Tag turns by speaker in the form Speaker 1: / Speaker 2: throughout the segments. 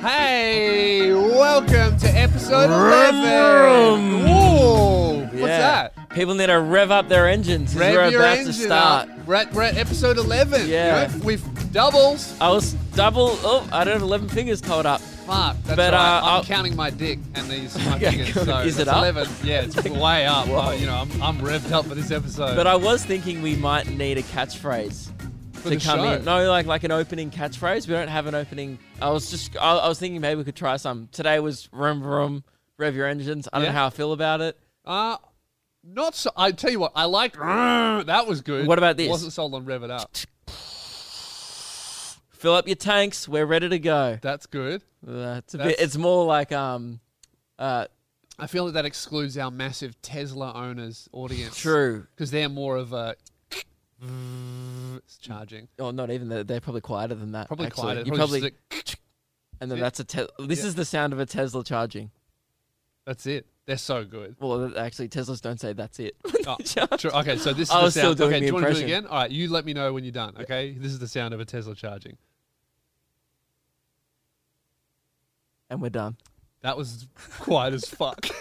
Speaker 1: Hey, welcome to episode 11. Whoa, what's
Speaker 2: Yeah.
Speaker 1: that?
Speaker 2: People need to rev up their engines as
Speaker 1: Rev
Speaker 2: we're
Speaker 1: your
Speaker 2: about to
Speaker 1: engine
Speaker 2: start.
Speaker 1: up. We're at, we're at episode 11.
Speaker 2: Yeah.
Speaker 1: We've- We've doubles.
Speaker 2: I was double. Oh, I don't have 11 fingers told up.
Speaker 1: Fuck, that's
Speaker 2: But,
Speaker 1: right.
Speaker 2: uh,
Speaker 1: I'm
Speaker 2: I'll-
Speaker 1: counting my dick and these my
Speaker 2: Okay,
Speaker 1: fingers.
Speaker 2: cool.
Speaker 1: So
Speaker 2: Is it
Speaker 1: that's
Speaker 2: up?
Speaker 1: 11. Yeah, it's way up.
Speaker 2: Whoa.
Speaker 1: Oh, you know, I'm, I'm revved up for this episode.
Speaker 2: But I was thinking we might need a catchphrase
Speaker 1: For
Speaker 2: to
Speaker 1: the
Speaker 2: come
Speaker 1: show.
Speaker 2: in. No, like like an opening catchphrase. We don't have an opening. I was just. I, I was thinking maybe we could try some. Today was room room. Rev your engines. I don't
Speaker 1: Yeah.
Speaker 2: know how I feel about it.
Speaker 1: uh, not so. I tell you what, I liked. That was good.
Speaker 2: What about this?
Speaker 1: Wasn't sold on Rev It Up.
Speaker 2: Fill up your tanks. We're ready to go.
Speaker 1: That's good.
Speaker 2: That's a bit.
Speaker 1: That's-
Speaker 2: It's more like um, uh,
Speaker 1: I feel that that excludes our massive Tesla owners audience.
Speaker 2: true.
Speaker 1: because they're more of a it's charging.
Speaker 2: Oh, not even. They're, they're probably quieter than that.
Speaker 1: Probably
Speaker 2: actually.
Speaker 1: quieter.
Speaker 2: You
Speaker 1: Probably,
Speaker 2: probably.
Speaker 1: just a-
Speaker 2: and then
Speaker 1: Yeah.
Speaker 2: that's a. Te- this
Speaker 1: Yeah.
Speaker 2: is the sound of a Tesla charging.
Speaker 1: that's it. They're so good.
Speaker 2: Well, th- actually, Teslas don't say that's it.
Speaker 1: Oh, true. Okay, so this is
Speaker 2: I
Speaker 1: the
Speaker 2: was still
Speaker 1: sound.
Speaker 2: doing
Speaker 1: okay,
Speaker 2: the
Speaker 1: do you want to do it
Speaker 2: impression.
Speaker 1: again? All right, you let me know when you're done. Okay, this is the sound of a Tesla charging.
Speaker 2: and we're done.
Speaker 1: That was quiet as fuck.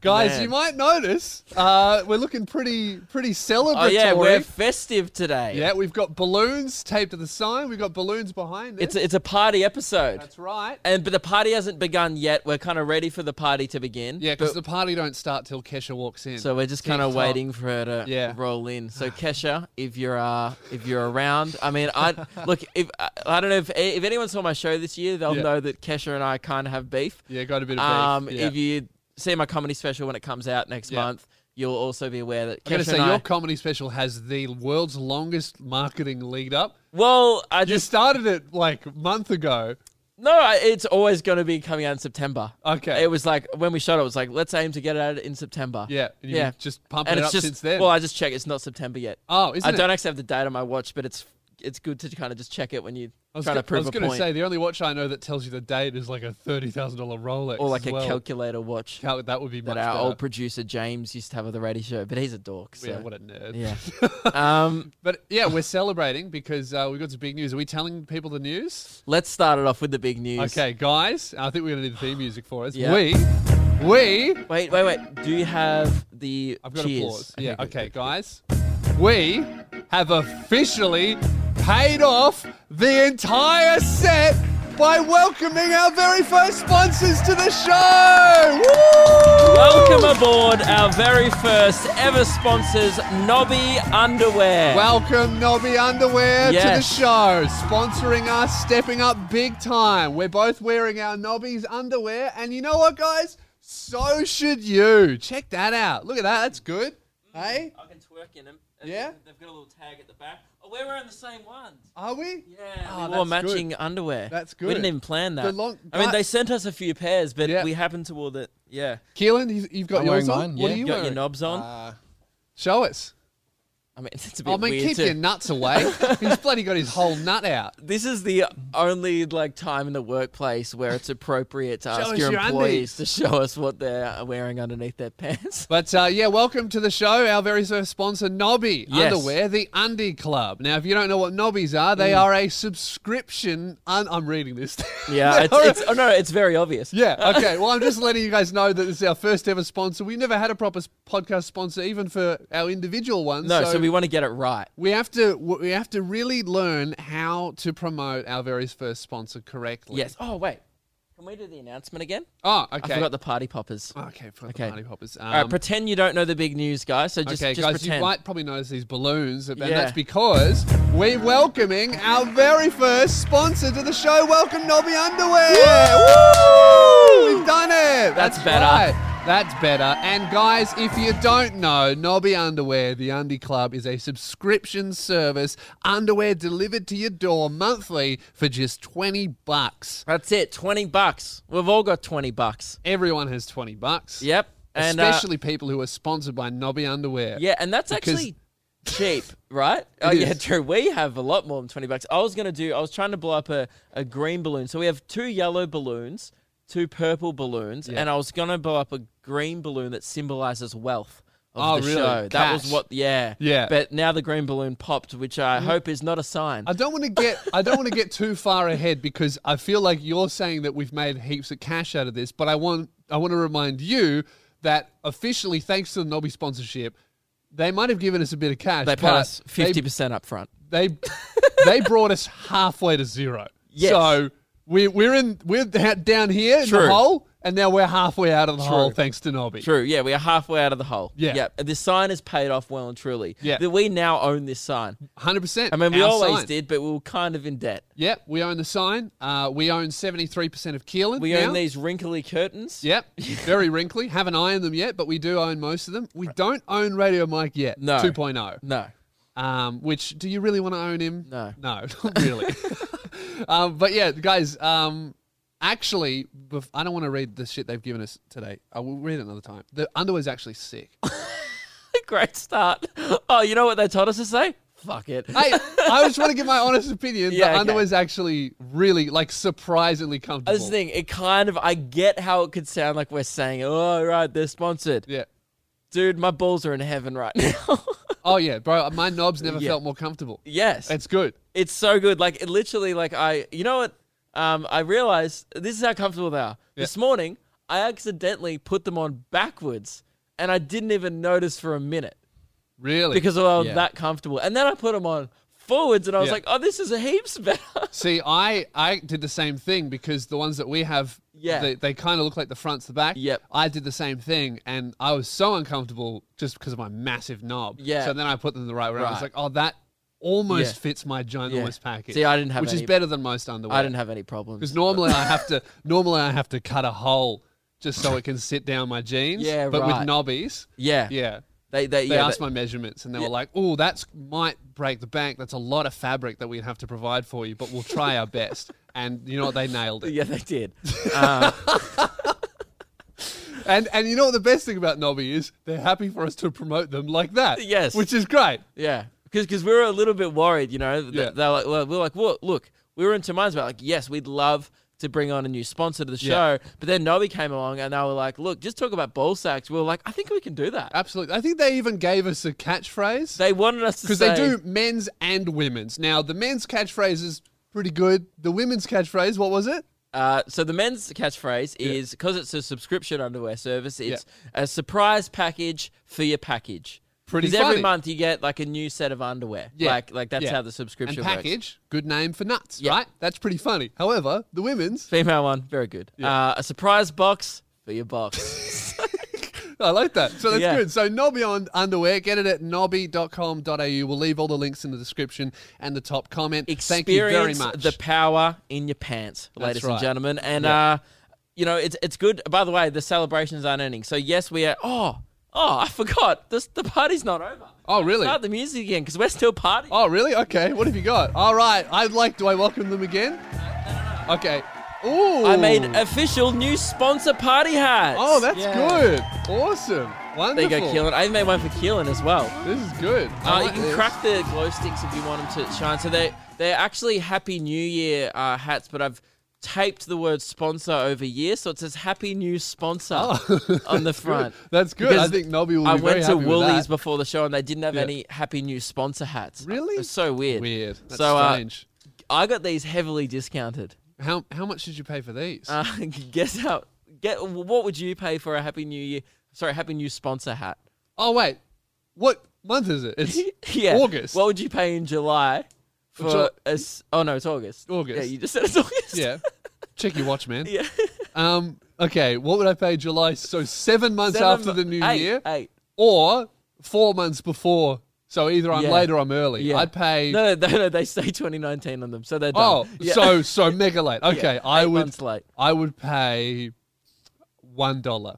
Speaker 1: Guys,
Speaker 2: Man.
Speaker 1: you might notice uh, we're looking pretty pretty celebratory.
Speaker 2: Oh yeah, we're festive today.
Speaker 1: Yeah, we've got balloons taped to the sign. We've got balloons behind
Speaker 2: it's
Speaker 1: it.
Speaker 2: a, it's a party episode,
Speaker 1: That's right.
Speaker 2: and but the party hasn't begun yet. We're kind of ready for the party to begin.
Speaker 1: Yeah, because
Speaker 2: but-
Speaker 1: the party don't start till Kesha walks in.
Speaker 2: so we're just kind of
Speaker 1: Tick-tock.
Speaker 2: waiting for her to
Speaker 1: Yeah.
Speaker 2: roll in. So Kesha, if you're uh, if you're around, I mean, I look if I- I don't know if eh, if anyone saw my show this year, they'll
Speaker 1: Yeah.
Speaker 2: know that Kesha and I kind of have beef.
Speaker 1: Yeah, got a bit of beef.
Speaker 2: Um,
Speaker 1: yeah.
Speaker 2: if you see my comedy special when it comes out next
Speaker 1: Yeah.
Speaker 2: month, you'll also be aware that
Speaker 1: I'm going
Speaker 2: Kesha
Speaker 1: to say
Speaker 2: and
Speaker 1: your
Speaker 2: I,
Speaker 1: comedy special has the world's longest marketing lead up.
Speaker 2: well, I
Speaker 1: You
Speaker 2: just
Speaker 1: started it like a month ago.
Speaker 2: No, I- it's always going to be coming out in September.
Speaker 1: Okay.
Speaker 2: It was like when we shot it, it was like let's aim to get it out in September.
Speaker 1: yeah. And you've
Speaker 2: yeah.
Speaker 1: been just pumping
Speaker 2: and
Speaker 1: it
Speaker 2: it's
Speaker 1: up
Speaker 2: just
Speaker 1: since then.
Speaker 2: well, I just check it's not September yet.
Speaker 1: oh, isn't
Speaker 2: I
Speaker 1: it?
Speaker 2: don't actually have the date on my watch, but it's it's good to kind of just check it when you're
Speaker 1: I was
Speaker 2: trying
Speaker 1: go-
Speaker 2: to prove
Speaker 1: I was
Speaker 2: a
Speaker 1: gonna
Speaker 2: point
Speaker 1: say the only watch I know that tells you the date is like a thirty thousand dollar Rolex,
Speaker 2: or like
Speaker 1: as well.
Speaker 2: a calculator watch
Speaker 1: Cal- that would be
Speaker 2: that
Speaker 1: much
Speaker 2: our
Speaker 1: better.
Speaker 2: old producer James used to have at the radio show, but he's a dork. So.
Speaker 1: yeah, what a nerd.
Speaker 2: yeah. um,
Speaker 1: But yeah, we're celebrating because uh, we got some big news. Are we telling people the news?
Speaker 2: let's start it off with the big news.
Speaker 1: Okay, guys, I think we're gonna need the theme music for us.
Speaker 2: Yeah.
Speaker 1: We, we
Speaker 2: Wait, wait, wait. Do you have the
Speaker 1: I've got
Speaker 2: cheers?
Speaker 1: applause. Yeah, okay,
Speaker 2: good, good.
Speaker 1: guys. We have officially paid off the entire set by welcoming our very first sponsors to the show. Woo!
Speaker 2: Welcome aboard our very first ever sponsors, Nobby Underwear.
Speaker 1: Welcome Nobby Underwear
Speaker 2: Yes.
Speaker 1: to the show, sponsoring us, stepping up big time. We're both wearing our Nobby's underwear, and you know what, guys? So should you. Check that out. Look at that. That's good. Hey,
Speaker 2: I can twerk in them.
Speaker 1: Yeah?
Speaker 2: They've got a little tag at the back. Oh, we're wearing the same ones.
Speaker 1: are we?
Speaker 2: Yeah.
Speaker 1: Oh,
Speaker 2: we wore
Speaker 1: that's good.
Speaker 2: matching underwear.
Speaker 1: That's
Speaker 2: We
Speaker 1: good.
Speaker 2: didn't even plan that.
Speaker 1: The long-
Speaker 2: I mean,
Speaker 1: that-
Speaker 2: they sent us a few pairs, but
Speaker 1: Yeah.
Speaker 2: we happened to wear the yeah.
Speaker 1: Keelan, he's- you've got
Speaker 3: I'm
Speaker 1: yours
Speaker 3: wearing
Speaker 1: on.
Speaker 3: mine,
Speaker 1: What
Speaker 3: yeah.
Speaker 1: are you
Speaker 2: You got
Speaker 1: wearing?
Speaker 2: your knobs on.
Speaker 3: Uh,
Speaker 1: Show us.
Speaker 2: I mean, it's a bit
Speaker 1: I mean,
Speaker 2: weird
Speaker 1: keep
Speaker 2: too.
Speaker 1: your nuts away. He's bloody got his whole nut out.
Speaker 2: this is the only like time in the workplace where it's appropriate to ask
Speaker 1: us
Speaker 2: your,
Speaker 1: your
Speaker 2: employees to show us what they're wearing underneath their pants.
Speaker 1: But uh, yeah, welcome to the show. Our very first sponsor, Nobby
Speaker 2: Yes.
Speaker 1: Underwear, the Undy Club. Now, if you don't know what Nobbies are,
Speaker 2: Mm.
Speaker 1: they are a subscription. Un- I'm reading this.
Speaker 2: Yeah,
Speaker 1: They
Speaker 2: it's,
Speaker 1: are a-
Speaker 2: it's oh no, it's very obvious.
Speaker 1: yeah. Okay. Well, I'm just letting you guys know that this is our first ever sponsor. We never had a proper s- podcast sponsor, even for our individual ones.
Speaker 2: No, so, we want to get it right.
Speaker 1: we have to we have to really learn how to promote our very first sponsor correctly.
Speaker 2: Yes. Oh wait, can we do the announcement again?
Speaker 1: Oh,
Speaker 2: I
Speaker 1: okay. Um,
Speaker 2: forgot the party poppers.
Speaker 1: okay. For
Speaker 2: Okay.
Speaker 1: the party poppers.
Speaker 2: All right,
Speaker 1: Um,
Speaker 2: pretend you don't know the big news, guys. So just,
Speaker 1: okay,
Speaker 2: just
Speaker 1: guys,
Speaker 2: pretend.
Speaker 1: you might probably notice these balloons, and
Speaker 2: Yeah.
Speaker 1: that's because we're welcoming our very first sponsor to the show. Welcome, Nobby Underwear. Woo! We've done it.
Speaker 2: That's better.
Speaker 1: right. That's better. And guys, if you don't know, Nobby Underwear, the Undy Club, is a subscription service. Underwear delivered to your door monthly for just twenty bucks.
Speaker 2: That's it. Twenty bucks. We've all got twenty bucks.
Speaker 1: Everyone has twenty bucks.
Speaker 2: Yep. And uh,
Speaker 1: Especially people who are sponsored by Nobby Underwear.
Speaker 2: yeah, and that's
Speaker 1: because-
Speaker 2: actually cheap, right? oh yeah,
Speaker 1: is.
Speaker 2: true. We have a lot more than twenty bucks. I was gonna do. I was trying to blow up a, a green balloon. So we have two yellow balloons, two purple balloons,
Speaker 1: Yeah.
Speaker 2: and I was gonna blow up a green balloon that symbolizes wealth.
Speaker 1: Oh,
Speaker 2: of the
Speaker 1: really?
Speaker 2: show. That was
Speaker 1: Cash.
Speaker 2: what, yeah,
Speaker 1: Yeah. Mm-hmm.
Speaker 2: But now the green balloon popped, which I hope is not a sign.
Speaker 1: I don't want to get I don't want to get too far ahead because I feel like you're saying that we've made heaps of cash out of this, but I want I want to remind you that officially, thanks to the Nobby sponsorship, they might have given us a bit of cash.
Speaker 2: they
Speaker 1: but
Speaker 2: paid us
Speaker 1: they-
Speaker 2: fifty percent up front.
Speaker 1: They they, brought us halfway to zero.
Speaker 2: Yes.
Speaker 1: So we we're in we're da- down here in
Speaker 2: True.
Speaker 1: the hole, and now we're halfway out of the hole
Speaker 2: True.
Speaker 1: thanks to Nobby.
Speaker 2: True. Yeah, we are halfway out of the hole.
Speaker 1: Yeah.
Speaker 2: Yep. The sign has paid off well and truly.
Speaker 1: Yeah.
Speaker 2: That we now own this sign.
Speaker 1: Hundred percent.
Speaker 2: I mean, we always did, but we were kind of in debt.
Speaker 1: Yep, we own the sign. Uh, we own seventy three percent of Keelan.
Speaker 2: We
Speaker 1: now.
Speaker 2: own these wrinkly curtains.
Speaker 1: Yep, very wrinkly. Haven't ironed them yet, but we do own most of them. We don't own Radio Mike yet.
Speaker 2: No.
Speaker 1: 2.0.
Speaker 2: No.
Speaker 1: Um, which do you really want to own him?
Speaker 2: No.
Speaker 1: no, not really. um, but yeah, guys. Um, actually, bef- I don't want to read the shit they've given us today. I will read it another time. The underwear's actually sick.
Speaker 2: Great start. Oh, you know what they told us to say? Fuck it.
Speaker 1: hey, I just want to give my honest opinion.
Speaker 2: Yeah,
Speaker 1: the
Speaker 2: okay.
Speaker 1: underwear's actually really, like, surprisingly comfortable.
Speaker 2: This is the thing, it kind of, I get how it could sound like we're saying, oh, right, they're sponsored.
Speaker 1: yeah.
Speaker 2: Dude, my balls are in heaven right now.
Speaker 1: Oh yeah, bro. My knobs never
Speaker 2: Yeah.
Speaker 1: felt more comfortable.
Speaker 2: yes.
Speaker 1: It's good.
Speaker 2: It's so good. Like it literally, like I, you know what? Um, I realized this is how comfortable they are.
Speaker 1: Yeah.
Speaker 2: This morning, I accidentally put them on backwards, and I didn't even notice for a minute
Speaker 1: Really.
Speaker 2: because I was
Speaker 1: Yeah.
Speaker 2: that comfortable. And then I put them on forwards, and I was
Speaker 1: Yeah.
Speaker 2: like, "Oh, this is a heaps better."
Speaker 1: See, I I did the same thing because the ones that we have,
Speaker 2: Yeah.
Speaker 1: they, they kind of look like the fronts, the back.
Speaker 2: Yep.
Speaker 1: I did the same thing, and I was so uncomfortable just because of my massive knob.
Speaker 2: Yeah.
Speaker 1: So then I put them the right way. around. I was
Speaker 2: Right.
Speaker 1: like, oh, that almost
Speaker 2: Yeah.
Speaker 1: fits my ginormous package.
Speaker 2: See, I didn't have
Speaker 1: which is
Speaker 2: any-
Speaker 1: better than most underwear.
Speaker 2: I didn't have any problems.
Speaker 1: because normally I have to normally I have to cut a hole just so it can sit down my jeans.
Speaker 2: Yeah,
Speaker 1: But
Speaker 2: right.
Speaker 1: with knobbies,
Speaker 2: Yeah,
Speaker 1: yeah.
Speaker 2: They, they,
Speaker 1: They
Speaker 2: yeah,
Speaker 1: asked
Speaker 2: they-
Speaker 1: my measurements, and they
Speaker 2: Yeah.
Speaker 1: were like, "Oh, that's might break the bank. That's a lot of fabric that we'd have to provide for you, but we'll try our best." And you know what? They nailed it.
Speaker 2: yeah, they did. Uh,
Speaker 1: And and you know what the best thing about Nobby is? They're happy for us to promote them like that.
Speaker 2: Yes.
Speaker 1: which is great.
Speaker 2: Yeah, because we were a little bit worried, you know. th-
Speaker 1: Yeah.
Speaker 2: They're like, well, we are like, well, look, we were in two minds about like, yes, we'd love to bring on a new sponsor to the show,
Speaker 1: Yeah.
Speaker 2: but then Nobby came along and they were like, look, just talk about ball sacks. We were like, I think we can do that.
Speaker 1: Absolutely. I think they even gave us a catchphrase
Speaker 2: They wanted us to
Speaker 1: because
Speaker 2: say,
Speaker 1: they do men's and women's. Now the men's catchphrase is pretty good. The women's catchphrase, what was it?
Speaker 2: Uh, so the men's catchphrase is because it's a subscription underwear service. It's a surprise package for your package.
Speaker 1: Pretty
Speaker 2: Because every
Speaker 1: funny.
Speaker 2: month you get like a new set of underwear.
Speaker 1: Yeah.
Speaker 2: Like like that's
Speaker 1: Yeah.
Speaker 2: how the
Speaker 1: And
Speaker 2: subscription works.
Speaker 1: package, good name for nuts,
Speaker 2: Yeah.
Speaker 1: right? That's pretty funny. However, the women's,
Speaker 2: Female one, very good. Uh, a surprise box for your box.
Speaker 1: I like that. So that's
Speaker 2: Yeah.
Speaker 1: good. So Nobby on underwear, get it at nobby.com.au. We'll leave all the links in the description and the top comment.
Speaker 2: experience
Speaker 1: Thank you very much.
Speaker 2: the power in your pants, ladies and
Speaker 1: right.
Speaker 2: gentlemen. And uh, you know, it's it's good. By the way, the celebrations aren't ending. So yes, we are. Oh, oh, I forgot. This, the party's not over.
Speaker 1: oh, really?
Speaker 2: Start the music again because we're still partying.
Speaker 1: Oh, really? Okay. What have you got? All right. I'd like, do I welcome them again? Okay. Ooh.
Speaker 2: I made official new sponsor party hats.
Speaker 1: Oh, that's
Speaker 2: Yeah.
Speaker 1: good. Awesome.
Speaker 2: There you
Speaker 1: Wonderful.
Speaker 2: go, Keelan. I made one for Keelan as well.
Speaker 1: This is good. I
Speaker 2: Uh, you
Speaker 1: like
Speaker 2: can
Speaker 1: this.
Speaker 2: crack the glow sticks if you want them to shine. So they they're actually Happy New Year uh, hats, but I've taped the word sponsor over year, so it says Happy New Sponsor on the front.
Speaker 1: That's Oh. good. I
Speaker 2: Because
Speaker 1: think Nobby will be
Speaker 2: I
Speaker 1: very
Speaker 2: went to
Speaker 1: happy with that.
Speaker 2: Woolies before the show and they didn't have
Speaker 1: Yeah.
Speaker 2: any Happy New Sponsor hats.
Speaker 1: Really?
Speaker 2: It's so weird.
Speaker 1: Weird. That's
Speaker 2: So, uh,
Speaker 1: strange.
Speaker 2: I got these heavily discounted.
Speaker 1: how how much did you pay for these?
Speaker 2: Uh, guess how? Get what would you pay for a Happy New Year? Sorry, Happy New Sponsor hat.
Speaker 1: oh wait, what month is it? It's
Speaker 2: yeah.
Speaker 1: August.
Speaker 2: What would you pay in July for
Speaker 1: Ju-
Speaker 2: a s- Oh no, it's August.
Speaker 1: August.
Speaker 2: Yeah, you just said it's August.
Speaker 1: Yeah. Check your watch, man.
Speaker 2: Yeah.
Speaker 1: Um, okay, what would I pay July? So seven months
Speaker 2: Seven
Speaker 1: after
Speaker 2: mo-
Speaker 1: the new
Speaker 2: eight,
Speaker 1: year,
Speaker 2: Eight.
Speaker 1: or four months before. So either I'm
Speaker 2: Yeah.
Speaker 1: late or I'm early.
Speaker 2: Yeah.
Speaker 1: I'd pay.
Speaker 2: No, no, no, no, they say 2019 on them, so they're done.
Speaker 1: oh,
Speaker 2: Yeah.
Speaker 1: so so mega late. Okay, I
Speaker 2: eight
Speaker 1: would
Speaker 2: months late.
Speaker 1: I would pay one dollar.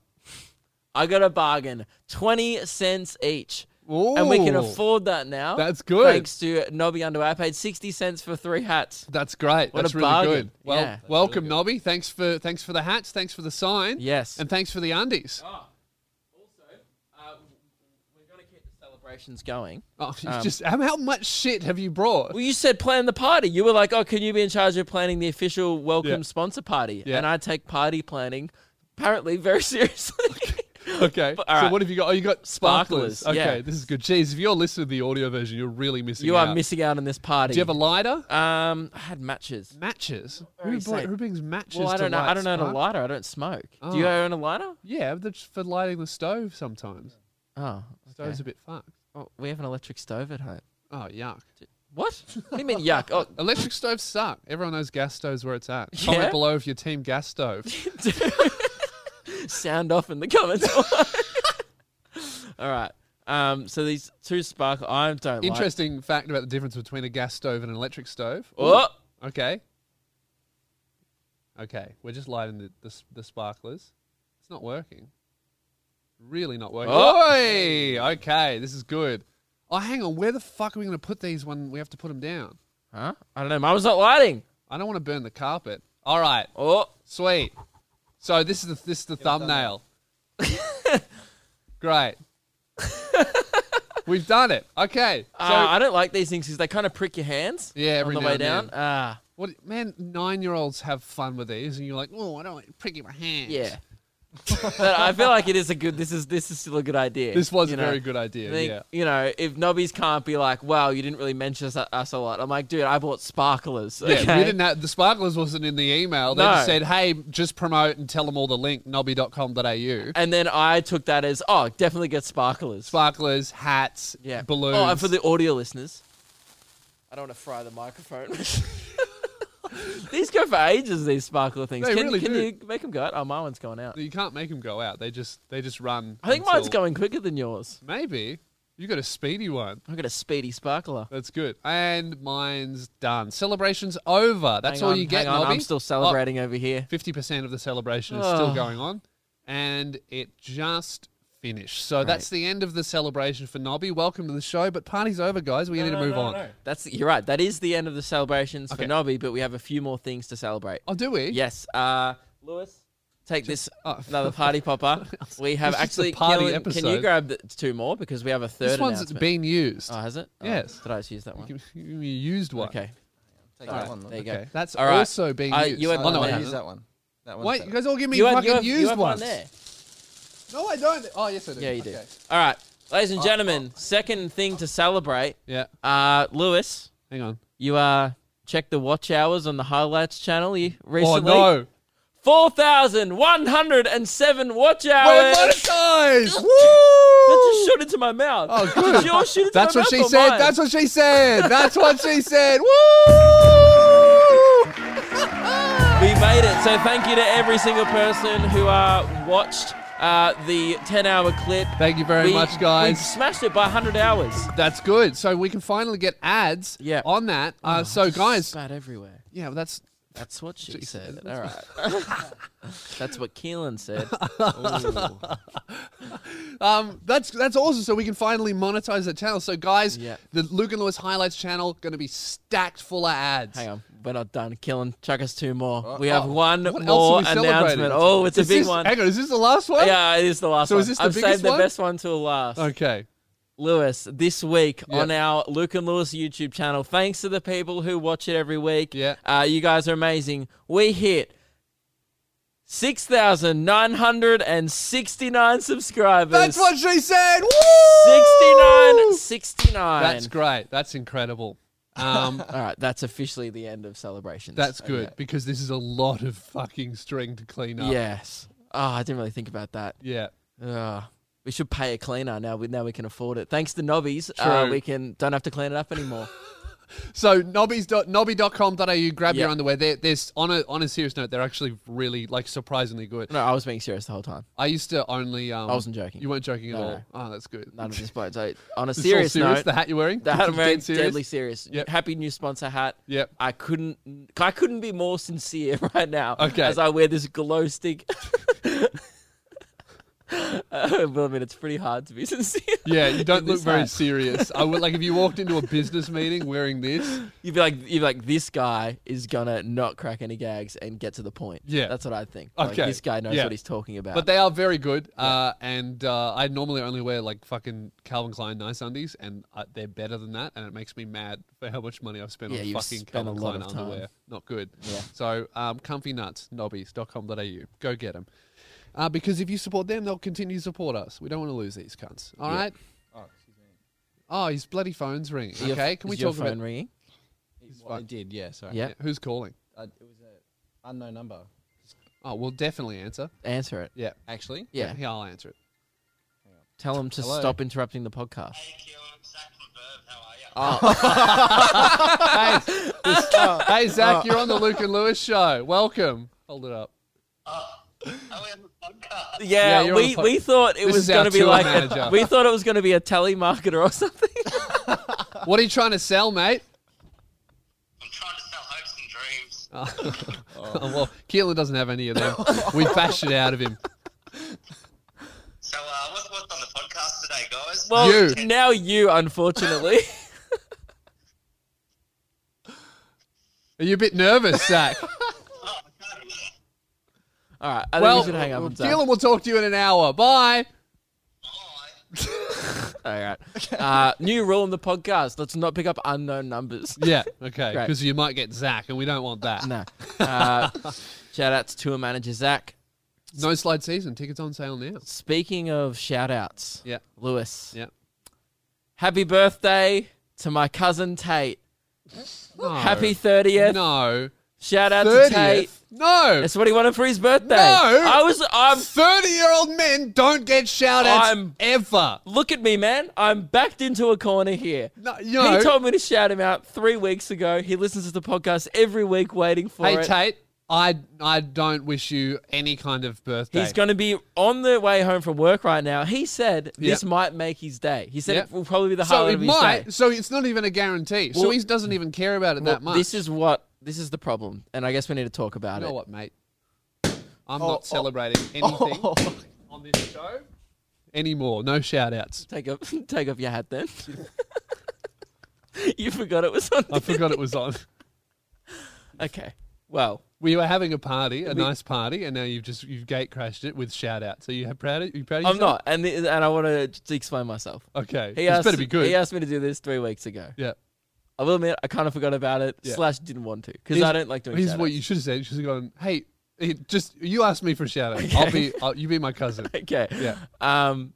Speaker 2: I got a bargain, 20 cents each. And we can
Speaker 1: Ooh.
Speaker 2: afford that now.
Speaker 1: That's good.
Speaker 2: Thanks to Nobby Underwear. I paid 60 cents for three hats.
Speaker 1: That's great.
Speaker 2: What
Speaker 1: That's
Speaker 2: a
Speaker 1: really
Speaker 2: bargain.
Speaker 1: good. Well,
Speaker 2: Yeah. That's really
Speaker 1: welcome, Nobby. Thanks for thanks for the hats. Thanks for the sign.
Speaker 2: Yes. Oh.
Speaker 1: And thanks for the undies.
Speaker 2: Also, uh, we're going to keep the celebrations going.
Speaker 1: Oh, you
Speaker 2: Um,
Speaker 1: just how, how much shit have you brought?
Speaker 2: Well, you said plan the party. You were like, oh, can you be in charge of planning the official welcome
Speaker 1: Yeah.
Speaker 2: sponsor party?
Speaker 1: Yeah.
Speaker 2: And I take party planning apparently very seriously.
Speaker 1: Okay.
Speaker 2: But-
Speaker 1: so
Speaker 2: all right.
Speaker 1: what have you got? Oh, you got sparklers.
Speaker 2: Sparklers, yeah.
Speaker 1: Okay, this is good. Jeez, if you're listening to the audio version, you're really missing.
Speaker 2: You
Speaker 1: out.
Speaker 2: are missing out on this party.
Speaker 1: Do you have a lighter?
Speaker 2: um, I had matches.
Speaker 1: Matches.
Speaker 2: Very
Speaker 1: Who, bought,
Speaker 2: safe.
Speaker 1: who brings matches?
Speaker 2: Well, I
Speaker 1: to
Speaker 2: don't know. I
Speaker 1: light
Speaker 2: don't own a
Speaker 1: spark-
Speaker 2: lighter. I don't smoke. Do
Speaker 1: Oh.
Speaker 2: you own a lighter?
Speaker 1: Yeah, but it's for lighting the stove sometimes.
Speaker 2: Oh, okay.
Speaker 1: Stove's a bit fucked.
Speaker 2: Oh, we have an electric stove at home.
Speaker 1: Oh yuck!
Speaker 2: What? What do you mean yuck? Oh,
Speaker 1: Electric stoves suck. Everyone knows gas stoves where it's at.
Speaker 2: Yeah?
Speaker 1: Comment below if you're team gas stove.
Speaker 2: sound off in the comments. All right. Um, so these two sparkle. I don't like.
Speaker 1: Interesting fact about the difference between a gas stove and an electric stove.
Speaker 2: Oh,
Speaker 1: Okay. Okay, we're just lighting the, the, s- the sparklers. It's not working. Really not working.
Speaker 2: Oh.
Speaker 1: Oi! Okay, this is good. Oh, hang on. Where the fuck are we going to put these when we have to put them down?
Speaker 2: huh? I don't know. Mine was not lighting.
Speaker 1: I don't want to burn the carpet. All right,
Speaker 2: Oh,
Speaker 1: sweet. So this is the, this is the thumbnail. Great. We've done it. Okay. So
Speaker 2: uh, I don't like these things because they kind of prick your hands.
Speaker 1: Yeah, every
Speaker 2: on the
Speaker 1: now
Speaker 2: way
Speaker 1: and
Speaker 2: down.
Speaker 1: then.
Speaker 2: Ah,
Speaker 1: what? Man, nine-year-olds have fun with these, and you're like, oh, I don't want pricking my hands.
Speaker 2: yeah. but I feel like it is a good. This is this is still a good idea.
Speaker 1: This was
Speaker 2: you
Speaker 1: a
Speaker 2: know?
Speaker 1: very good idea.
Speaker 2: I think,
Speaker 1: yeah.
Speaker 2: You know, if nobbies can't be like, wow, you didn't really mention us, us a lot. I'm like, dude, I bought sparklers.
Speaker 1: Yeah,
Speaker 2: Okay?
Speaker 1: we didn't have, the sparklers wasn't in the email. They
Speaker 2: No.
Speaker 1: just said, hey, just promote and tell them all the link, nobby.com.au.
Speaker 2: And then I took that as, oh, definitely get sparklers.
Speaker 1: Sparklers, hats,
Speaker 2: yeah.
Speaker 1: balloons.
Speaker 2: Oh, and for the audio listeners, I don't want to fry the microphone. these go for ages, these sparkler things.
Speaker 1: They
Speaker 2: can
Speaker 1: really
Speaker 2: can
Speaker 1: do.
Speaker 2: you make them go out? Oh, my one's going out.
Speaker 1: you can't make them go out. They just they just run.
Speaker 2: I think
Speaker 1: until-
Speaker 2: mine's going quicker than yours.
Speaker 1: Maybe. You got a speedy one.
Speaker 2: I've got a speedy sparkler.
Speaker 1: That's good. And mine's done. Celebration's over. That's
Speaker 2: Hang
Speaker 1: all
Speaker 2: on,
Speaker 1: you get,
Speaker 2: hang on,
Speaker 1: Nobby. Oh.
Speaker 2: I'm still celebrating over here.
Speaker 1: Fifty percent of the celebration is still
Speaker 2: Oh.
Speaker 1: going on, and it just finished. So that's the end of the celebration for Nobby. Welcome to the show, but party's over, guys. We need to move on.
Speaker 2: That's you're right. That is the end of the celebrations
Speaker 1: Okay.
Speaker 2: for Nobby, but we have a few more things to celebrate.
Speaker 1: Oh, do we?
Speaker 2: Yes, uh, Lewis, take this
Speaker 1: oh.
Speaker 2: another party popper. We have
Speaker 1: It's just a
Speaker 2: actually
Speaker 1: party
Speaker 2: Keelan, Can
Speaker 1: episode.
Speaker 2: you grab the, two more because we have a third
Speaker 1: This one's
Speaker 2: announcement.
Speaker 1: been used.
Speaker 2: oh, has it? Oh,
Speaker 1: Yes.
Speaker 2: did I just use that one?
Speaker 1: You you used one.
Speaker 2: Okay.
Speaker 3: Take
Speaker 2: All
Speaker 3: that
Speaker 2: right,
Speaker 3: one.
Speaker 2: there you
Speaker 3: look.
Speaker 2: go.
Speaker 1: Okay. That's
Speaker 2: All right.
Speaker 1: also being
Speaker 2: Uh,
Speaker 1: used.
Speaker 2: you had
Speaker 1: Oh,
Speaker 3: Oh,
Speaker 2: one
Speaker 1: no,
Speaker 3: no,
Speaker 1: I
Speaker 2: there.
Speaker 3: I
Speaker 1: haven't.
Speaker 3: use that one. That one's
Speaker 1: Wait,
Speaker 3: better.
Speaker 1: you guys all give me
Speaker 2: You had,
Speaker 1: fucking
Speaker 2: you have,
Speaker 1: used
Speaker 2: you have one
Speaker 1: ones.
Speaker 2: there.
Speaker 1: No, I don't. Oh, yes, I do.
Speaker 2: Yeah, you do.
Speaker 1: Okay. Oh,
Speaker 2: All right, ladies and gentlemen, second thing to celebrate.
Speaker 1: Yeah.
Speaker 2: Uh, Lewis,
Speaker 1: Hang on.
Speaker 2: you uh checked the watch hours on the highlights channel you recently.
Speaker 1: Oh no!
Speaker 2: Four thousand one hundred and seven watch
Speaker 1: We're
Speaker 2: hours.
Speaker 1: monetized! Oh, Woo!
Speaker 2: That just shot into my mouth.
Speaker 1: Oh, good.
Speaker 2: Did yours shoot into
Speaker 1: That's
Speaker 2: my
Speaker 1: what
Speaker 2: mouth
Speaker 1: she
Speaker 2: or
Speaker 1: said.
Speaker 2: mine?
Speaker 1: That's what she said. That's what she said. Woo!
Speaker 2: We made it. So thank you to every single person who uh, watched uh, the 10 hour clip.
Speaker 1: Thank you very
Speaker 2: We-
Speaker 1: much,
Speaker 2: We
Speaker 1: guys.
Speaker 2: smashed it by 100 hours.
Speaker 1: That's good. So we can finally get ads
Speaker 2: Yeah. Oh,
Speaker 1: on that. Uh, so, guys,
Speaker 2: Spat everywhere.
Speaker 1: yeah, well, that's
Speaker 2: That's what she
Speaker 1: Jeez.
Speaker 2: said. All right. That's what Keelan said.
Speaker 1: Um, that's that's awesome. So we can finally monetize that channel. So guys,
Speaker 2: Yeah.
Speaker 1: the Luke and Lewis highlights channel gonna be stacked full of ads.
Speaker 2: Hang on. We're not done. Keelan, chuck us two more. We have one
Speaker 1: Uh, oh, What
Speaker 2: more
Speaker 1: else are we celebrating?
Speaker 2: announcement. Oh, it's
Speaker 1: Is
Speaker 2: a big
Speaker 1: this-
Speaker 2: one.
Speaker 1: Hang on, is this the last one?
Speaker 2: Yeah, it is the last
Speaker 1: So
Speaker 2: one.
Speaker 1: is this the
Speaker 2: I've
Speaker 1: biggest
Speaker 2: saved the
Speaker 1: one?
Speaker 2: best one till last.
Speaker 1: Okay.
Speaker 2: Lewis, this week
Speaker 1: Yeah.
Speaker 2: on our Luke and Lewis YouTube channel, thanks to the people who watch it every week.
Speaker 1: Yeah.
Speaker 2: Uh, you guys are amazing. We hit 6,969 subscribers.
Speaker 1: That's what she said. Woo!
Speaker 2: 69, 69.
Speaker 1: That's great. That's incredible. Um,
Speaker 2: All right, that's officially the end of celebrations.
Speaker 1: that's good
Speaker 2: Okay.
Speaker 1: because this is a lot of fucking string to clean up.
Speaker 2: Yes. Oh, I didn't really think about that.
Speaker 1: Yeah.
Speaker 2: Ugh. We should pay a cleaner now. We now we can afford it. Thanks to Nobbies, uh,
Speaker 1: True.
Speaker 2: we can don't have to clean it up anymore.
Speaker 1: So nobbies dot nobby.com.au, grab your
Speaker 2: Yeah.
Speaker 1: underwear. They're, there's on a on a serious note, they're actually really like surprisingly good.
Speaker 2: no, I was being serious the whole time.
Speaker 1: I used to only. Um,
Speaker 2: I wasn't joking.
Speaker 1: You weren't joking at
Speaker 2: No,
Speaker 1: all.
Speaker 2: no.
Speaker 1: Oh, that's good.
Speaker 2: None of this bloke. So on a
Speaker 1: This is all
Speaker 2: serious,
Speaker 1: serious.
Speaker 2: note,
Speaker 1: The hat you're wearing.
Speaker 2: the hat I'm
Speaker 1: Dead
Speaker 2: wearing,
Speaker 1: serious?
Speaker 2: deadly serious.
Speaker 1: Yep.
Speaker 2: Happy new sponsor hat.
Speaker 1: Yep.
Speaker 2: I couldn't, I couldn't be more sincere right now.
Speaker 1: Okay.
Speaker 2: As I wear this glow stick. uh, well, I mean, it's pretty hard to be sincere.
Speaker 1: Yeah, you don't
Speaker 2: in
Speaker 1: look
Speaker 2: this
Speaker 1: very
Speaker 2: hat.
Speaker 1: serious. I would like if you walked into a business meeting wearing this.
Speaker 2: You'd be like, you'd be like, this guy is gonna not crack any gags and get to the point.
Speaker 1: Yeah.
Speaker 2: That's what I think. Like,
Speaker 1: Okay.
Speaker 2: this guy knows
Speaker 1: Yeah.
Speaker 2: what he's talking about.
Speaker 1: But they are very good, uh, and uh, I normally only wear like fucking Calvin Klein nice undies, and uh, they're better than that, and it makes me mad for how much money I've spent
Speaker 2: Yeah,
Speaker 1: on
Speaker 2: you've
Speaker 1: fucking
Speaker 2: spent a
Speaker 1: Calvin
Speaker 2: lot
Speaker 1: Klein
Speaker 2: of time.
Speaker 1: underwear. Not good.
Speaker 2: Yeah.
Speaker 1: So, um, comfy nuts, nobbies.com.au. Go get them. uh, because if you support them, they'll continue to support us. We don't want to lose these cunts. All right. Oh, his bloody phone's ringing.
Speaker 2: Your-
Speaker 1: okay, can we
Speaker 2: is your
Speaker 1: talk
Speaker 2: phone
Speaker 1: about?
Speaker 2: ringing?
Speaker 3: It, well, it did, yeah. Sorry.
Speaker 2: Yeah.
Speaker 1: Yeah, who's calling?
Speaker 3: Uh, it was a unknown number.
Speaker 1: Oh, we'll definitely answer.
Speaker 2: Answer it.
Speaker 1: Yeah,
Speaker 3: Actually,
Speaker 2: Yeah.
Speaker 1: yeah, I'll answer it.
Speaker 2: Tell them to
Speaker 3: Hello.
Speaker 2: stop interrupting the podcast. Oh.
Speaker 1: Hey
Speaker 2: Uh.
Speaker 1: Zach, you're on the Luke and Lewis show. Welcome. Hold it up.
Speaker 4: Oh,
Speaker 1: Yeah,
Speaker 2: Yeah,
Speaker 1: you're on
Speaker 2: we,
Speaker 1: the pod-
Speaker 2: we thought
Speaker 1: This
Speaker 2: it was
Speaker 1: is our
Speaker 2: going to be
Speaker 1: tour
Speaker 2: like
Speaker 1: manager.
Speaker 2: a, we thought it was going to be a telemarketer or something.
Speaker 1: What are you trying to sell, mate?
Speaker 4: I'm trying to sell hopes and dreams.
Speaker 1: Oh,
Speaker 2: Oh.
Speaker 1: well, Keelan doesn't have any of them. We bashed it out of him.
Speaker 4: So, uh, what, what's on the podcast today, guys?
Speaker 2: Well,
Speaker 1: You.
Speaker 2: now you unfortunately.
Speaker 1: Are you a bit nervous, Zach?
Speaker 4: Oh, I can't hear.
Speaker 2: All right, I
Speaker 1: well,
Speaker 2: think we should hang up. and
Speaker 1: Keelan will talk to you in an hour. Bye.
Speaker 4: Hi.
Speaker 2: All right. Uh, new rule in the podcast: let's not pick up unknown numbers.
Speaker 1: Yeah, okay,
Speaker 2: Great.
Speaker 1: because you might get Zach, and we don't want that.
Speaker 2: No. Uh, shout out to tour manager Zach.
Speaker 1: No slide season. Tickets on sale now.
Speaker 2: Speaking of shout outs,
Speaker 1: Yeah,
Speaker 2: Lewis,
Speaker 1: yeah.
Speaker 2: happy birthday to my cousin Tate.
Speaker 1: No.
Speaker 2: Happy thirtieth.
Speaker 1: No.
Speaker 2: Shout out to Tate.
Speaker 1: 30th? No.
Speaker 2: That's what he wanted for his birthday.
Speaker 1: No.
Speaker 2: I was. I'm
Speaker 1: 30 year old men don't get shout outs
Speaker 2: I'm-
Speaker 1: ever.
Speaker 2: Look at me, man. I'm backed into a corner here.
Speaker 1: No, you know,
Speaker 2: He told me to shout him out three weeks ago. He listens to the podcast every week, waiting for
Speaker 1: hey,
Speaker 2: it.
Speaker 1: Tate, I, I don't wish you any kind of birthday.
Speaker 2: He's going to be on the way home from work right now. He said this
Speaker 1: Yeah.
Speaker 2: might make his day. He said
Speaker 1: Yeah.
Speaker 2: it will probably be the
Speaker 1: so
Speaker 2: highlight
Speaker 1: it
Speaker 2: of his
Speaker 1: might.
Speaker 2: day.
Speaker 1: So it's not even a guarantee. so
Speaker 2: Well-
Speaker 1: he doesn't even care about it that much.
Speaker 2: Well, This is what this is the problem, and I guess we need to talk about
Speaker 1: You know
Speaker 2: it.
Speaker 1: what, mate? I'm
Speaker 3: Oh, oh.
Speaker 1: not celebrating anything
Speaker 2: Oh.
Speaker 1: on this show anymore. No shout outs.
Speaker 2: Take off, take off your hat then. you forgot it was on.
Speaker 1: I forgot it was on.
Speaker 2: Okay. Well,
Speaker 1: We were having a party, a nice party, and now you've just you've gate crashed it with shout outs. Are you ha- proud of you proud of
Speaker 2: I'm
Speaker 1: yourself?
Speaker 2: not, and th- and I want to explain myself.
Speaker 1: Okay.
Speaker 2: He
Speaker 1: this
Speaker 2: asked,
Speaker 1: better be good.
Speaker 2: He asked me to do this three weeks ago.
Speaker 1: yeah.
Speaker 2: I will admit, I kind of forgot about it.
Speaker 1: Yeah.
Speaker 2: Slash, didn't want to because
Speaker 1: Here's-
Speaker 2: I don't like doing.
Speaker 1: Here's
Speaker 2: shout
Speaker 1: what you should have said. You should have gone, hey, it just you asked me for a shout out. I'll be I'll, you be my cousin.
Speaker 2: Okay.
Speaker 1: Yeah.
Speaker 2: Um.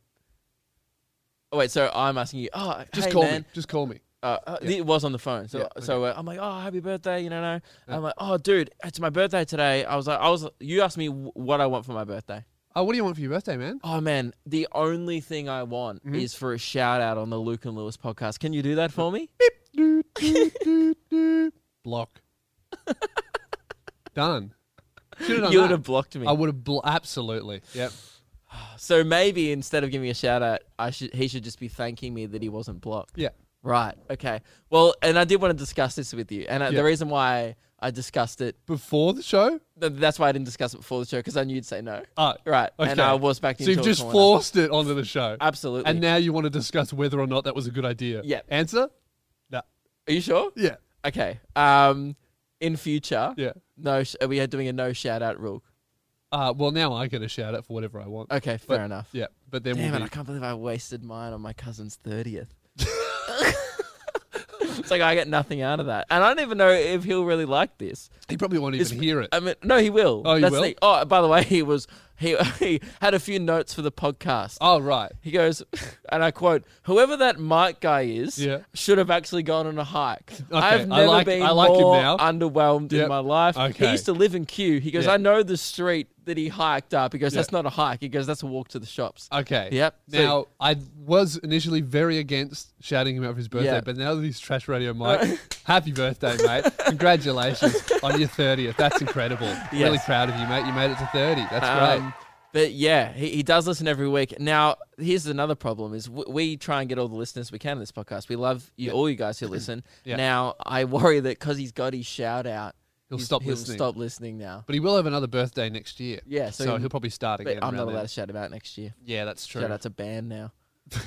Speaker 2: Oh, wait. So I'm asking you. Oh,
Speaker 1: Just
Speaker 2: hey,
Speaker 1: call
Speaker 2: man.
Speaker 1: me. Just call me.
Speaker 2: Uh, uh, It was on the phone. So
Speaker 1: Yeah,
Speaker 2: so uh, I'm like, oh, happy birthday. You know. No. I'm like, oh, dude, it's my birthday today. I was like, I was. You asked me wh- what I want for my birthday.
Speaker 1: Oh, what do you want for your birthday, man?
Speaker 2: Oh man, the only thing I want
Speaker 1: Mm-hmm.
Speaker 2: is for a shout out on the Luke and Lewis podcast. Can you do that for me?
Speaker 1: Doot, doot, doot, doot. Block. Done. Should have done
Speaker 2: You
Speaker 1: that.
Speaker 2: would have blocked me.
Speaker 1: I would have bl- absolutely. Yep.
Speaker 2: so maybe instead of giving me a shout out, I should he should just be thanking me that he wasn't blocked.
Speaker 1: Yeah.
Speaker 2: Right. Okay. Well, and I did want to discuss this with you, and uh,
Speaker 1: Yeah.
Speaker 2: the reason why I discussed it,
Speaker 1: Before the show.
Speaker 2: th- that's why I didn't discuss it before the show because I knew you'd say no.
Speaker 1: Oh,
Speaker 2: right. And
Speaker 1: okay.
Speaker 2: I was back
Speaker 1: So
Speaker 2: into
Speaker 1: you've
Speaker 2: a
Speaker 1: just
Speaker 2: corner.
Speaker 1: forced it onto the show.
Speaker 2: Absolutely.
Speaker 1: And now you want to discuss whether or not that was a good idea.
Speaker 2: Yeah.
Speaker 1: Answer? No.
Speaker 2: Are you sure?
Speaker 1: Yeah.
Speaker 2: Okay. Um, in future,
Speaker 1: Yeah.
Speaker 2: no, sh- we are doing a no shout out rule.
Speaker 1: Uh, well, now I get a shout out for whatever I want.
Speaker 2: Okay. Fair
Speaker 1: But-
Speaker 2: enough.
Speaker 1: Yeah. But then
Speaker 2: Damn
Speaker 1: we'll
Speaker 2: it!
Speaker 1: be.
Speaker 2: I can't believe I wasted mine on my cousin's thirtieth. it's like I get nothing out of that, and I don't even know if he'll really like this.
Speaker 1: He probably won't even hear it.
Speaker 2: I mean, no, he will.
Speaker 1: Oh, he
Speaker 2: That's
Speaker 1: will?
Speaker 2: The, oh, by the way, he was he he had a few notes for the podcast.
Speaker 1: oh, right.
Speaker 2: He goes, and I quote: "Whoever that Mike guy is
Speaker 1: Yeah.
Speaker 2: should have actually gone on a hike. I've
Speaker 1: I
Speaker 2: never
Speaker 1: like-
Speaker 2: been
Speaker 1: I like him
Speaker 2: more
Speaker 1: now.
Speaker 2: underwhelmed
Speaker 1: Yep.
Speaker 2: in my life.
Speaker 1: Okay.
Speaker 2: He used to live in Kew. He goes,
Speaker 1: Yeah.
Speaker 2: I know the street that he hiked up. He goes,
Speaker 1: Yeah.
Speaker 2: that's not a hike. He goes, that's a walk to the shops.
Speaker 1: Okay.
Speaker 2: Yep. So-
Speaker 1: Now, I was initially very against shouting him out for his birthday,
Speaker 2: Yeah.
Speaker 1: but now that he's trash radio Mike, happy birthday, mate. Congratulations on your 30th. That's incredible. Really
Speaker 2: Yes.
Speaker 1: proud of you, mate. You made it to 30. That's
Speaker 2: Um, but yeah, he, he does listen every week. Now, here's another problem: is we, we try and get all the listeners we can in this podcast. We love you, all you guys who listen.
Speaker 1: Yeah.
Speaker 2: Now, I worry that because he's got his shout out,
Speaker 1: He'll
Speaker 2: he's-
Speaker 1: stop
Speaker 2: he'll
Speaker 1: listening.
Speaker 2: Stop listening now.
Speaker 1: But he will have another birthday next year.
Speaker 2: Yeah, so
Speaker 1: so
Speaker 2: he-
Speaker 1: he'll probably start
Speaker 2: But
Speaker 1: again.
Speaker 2: I'm not
Speaker 1: around then.
Speaker 2: allowed to shout him out next year.
Speaker 1: Yeah, that's true.
Speaker 2: Shout out to Ban now,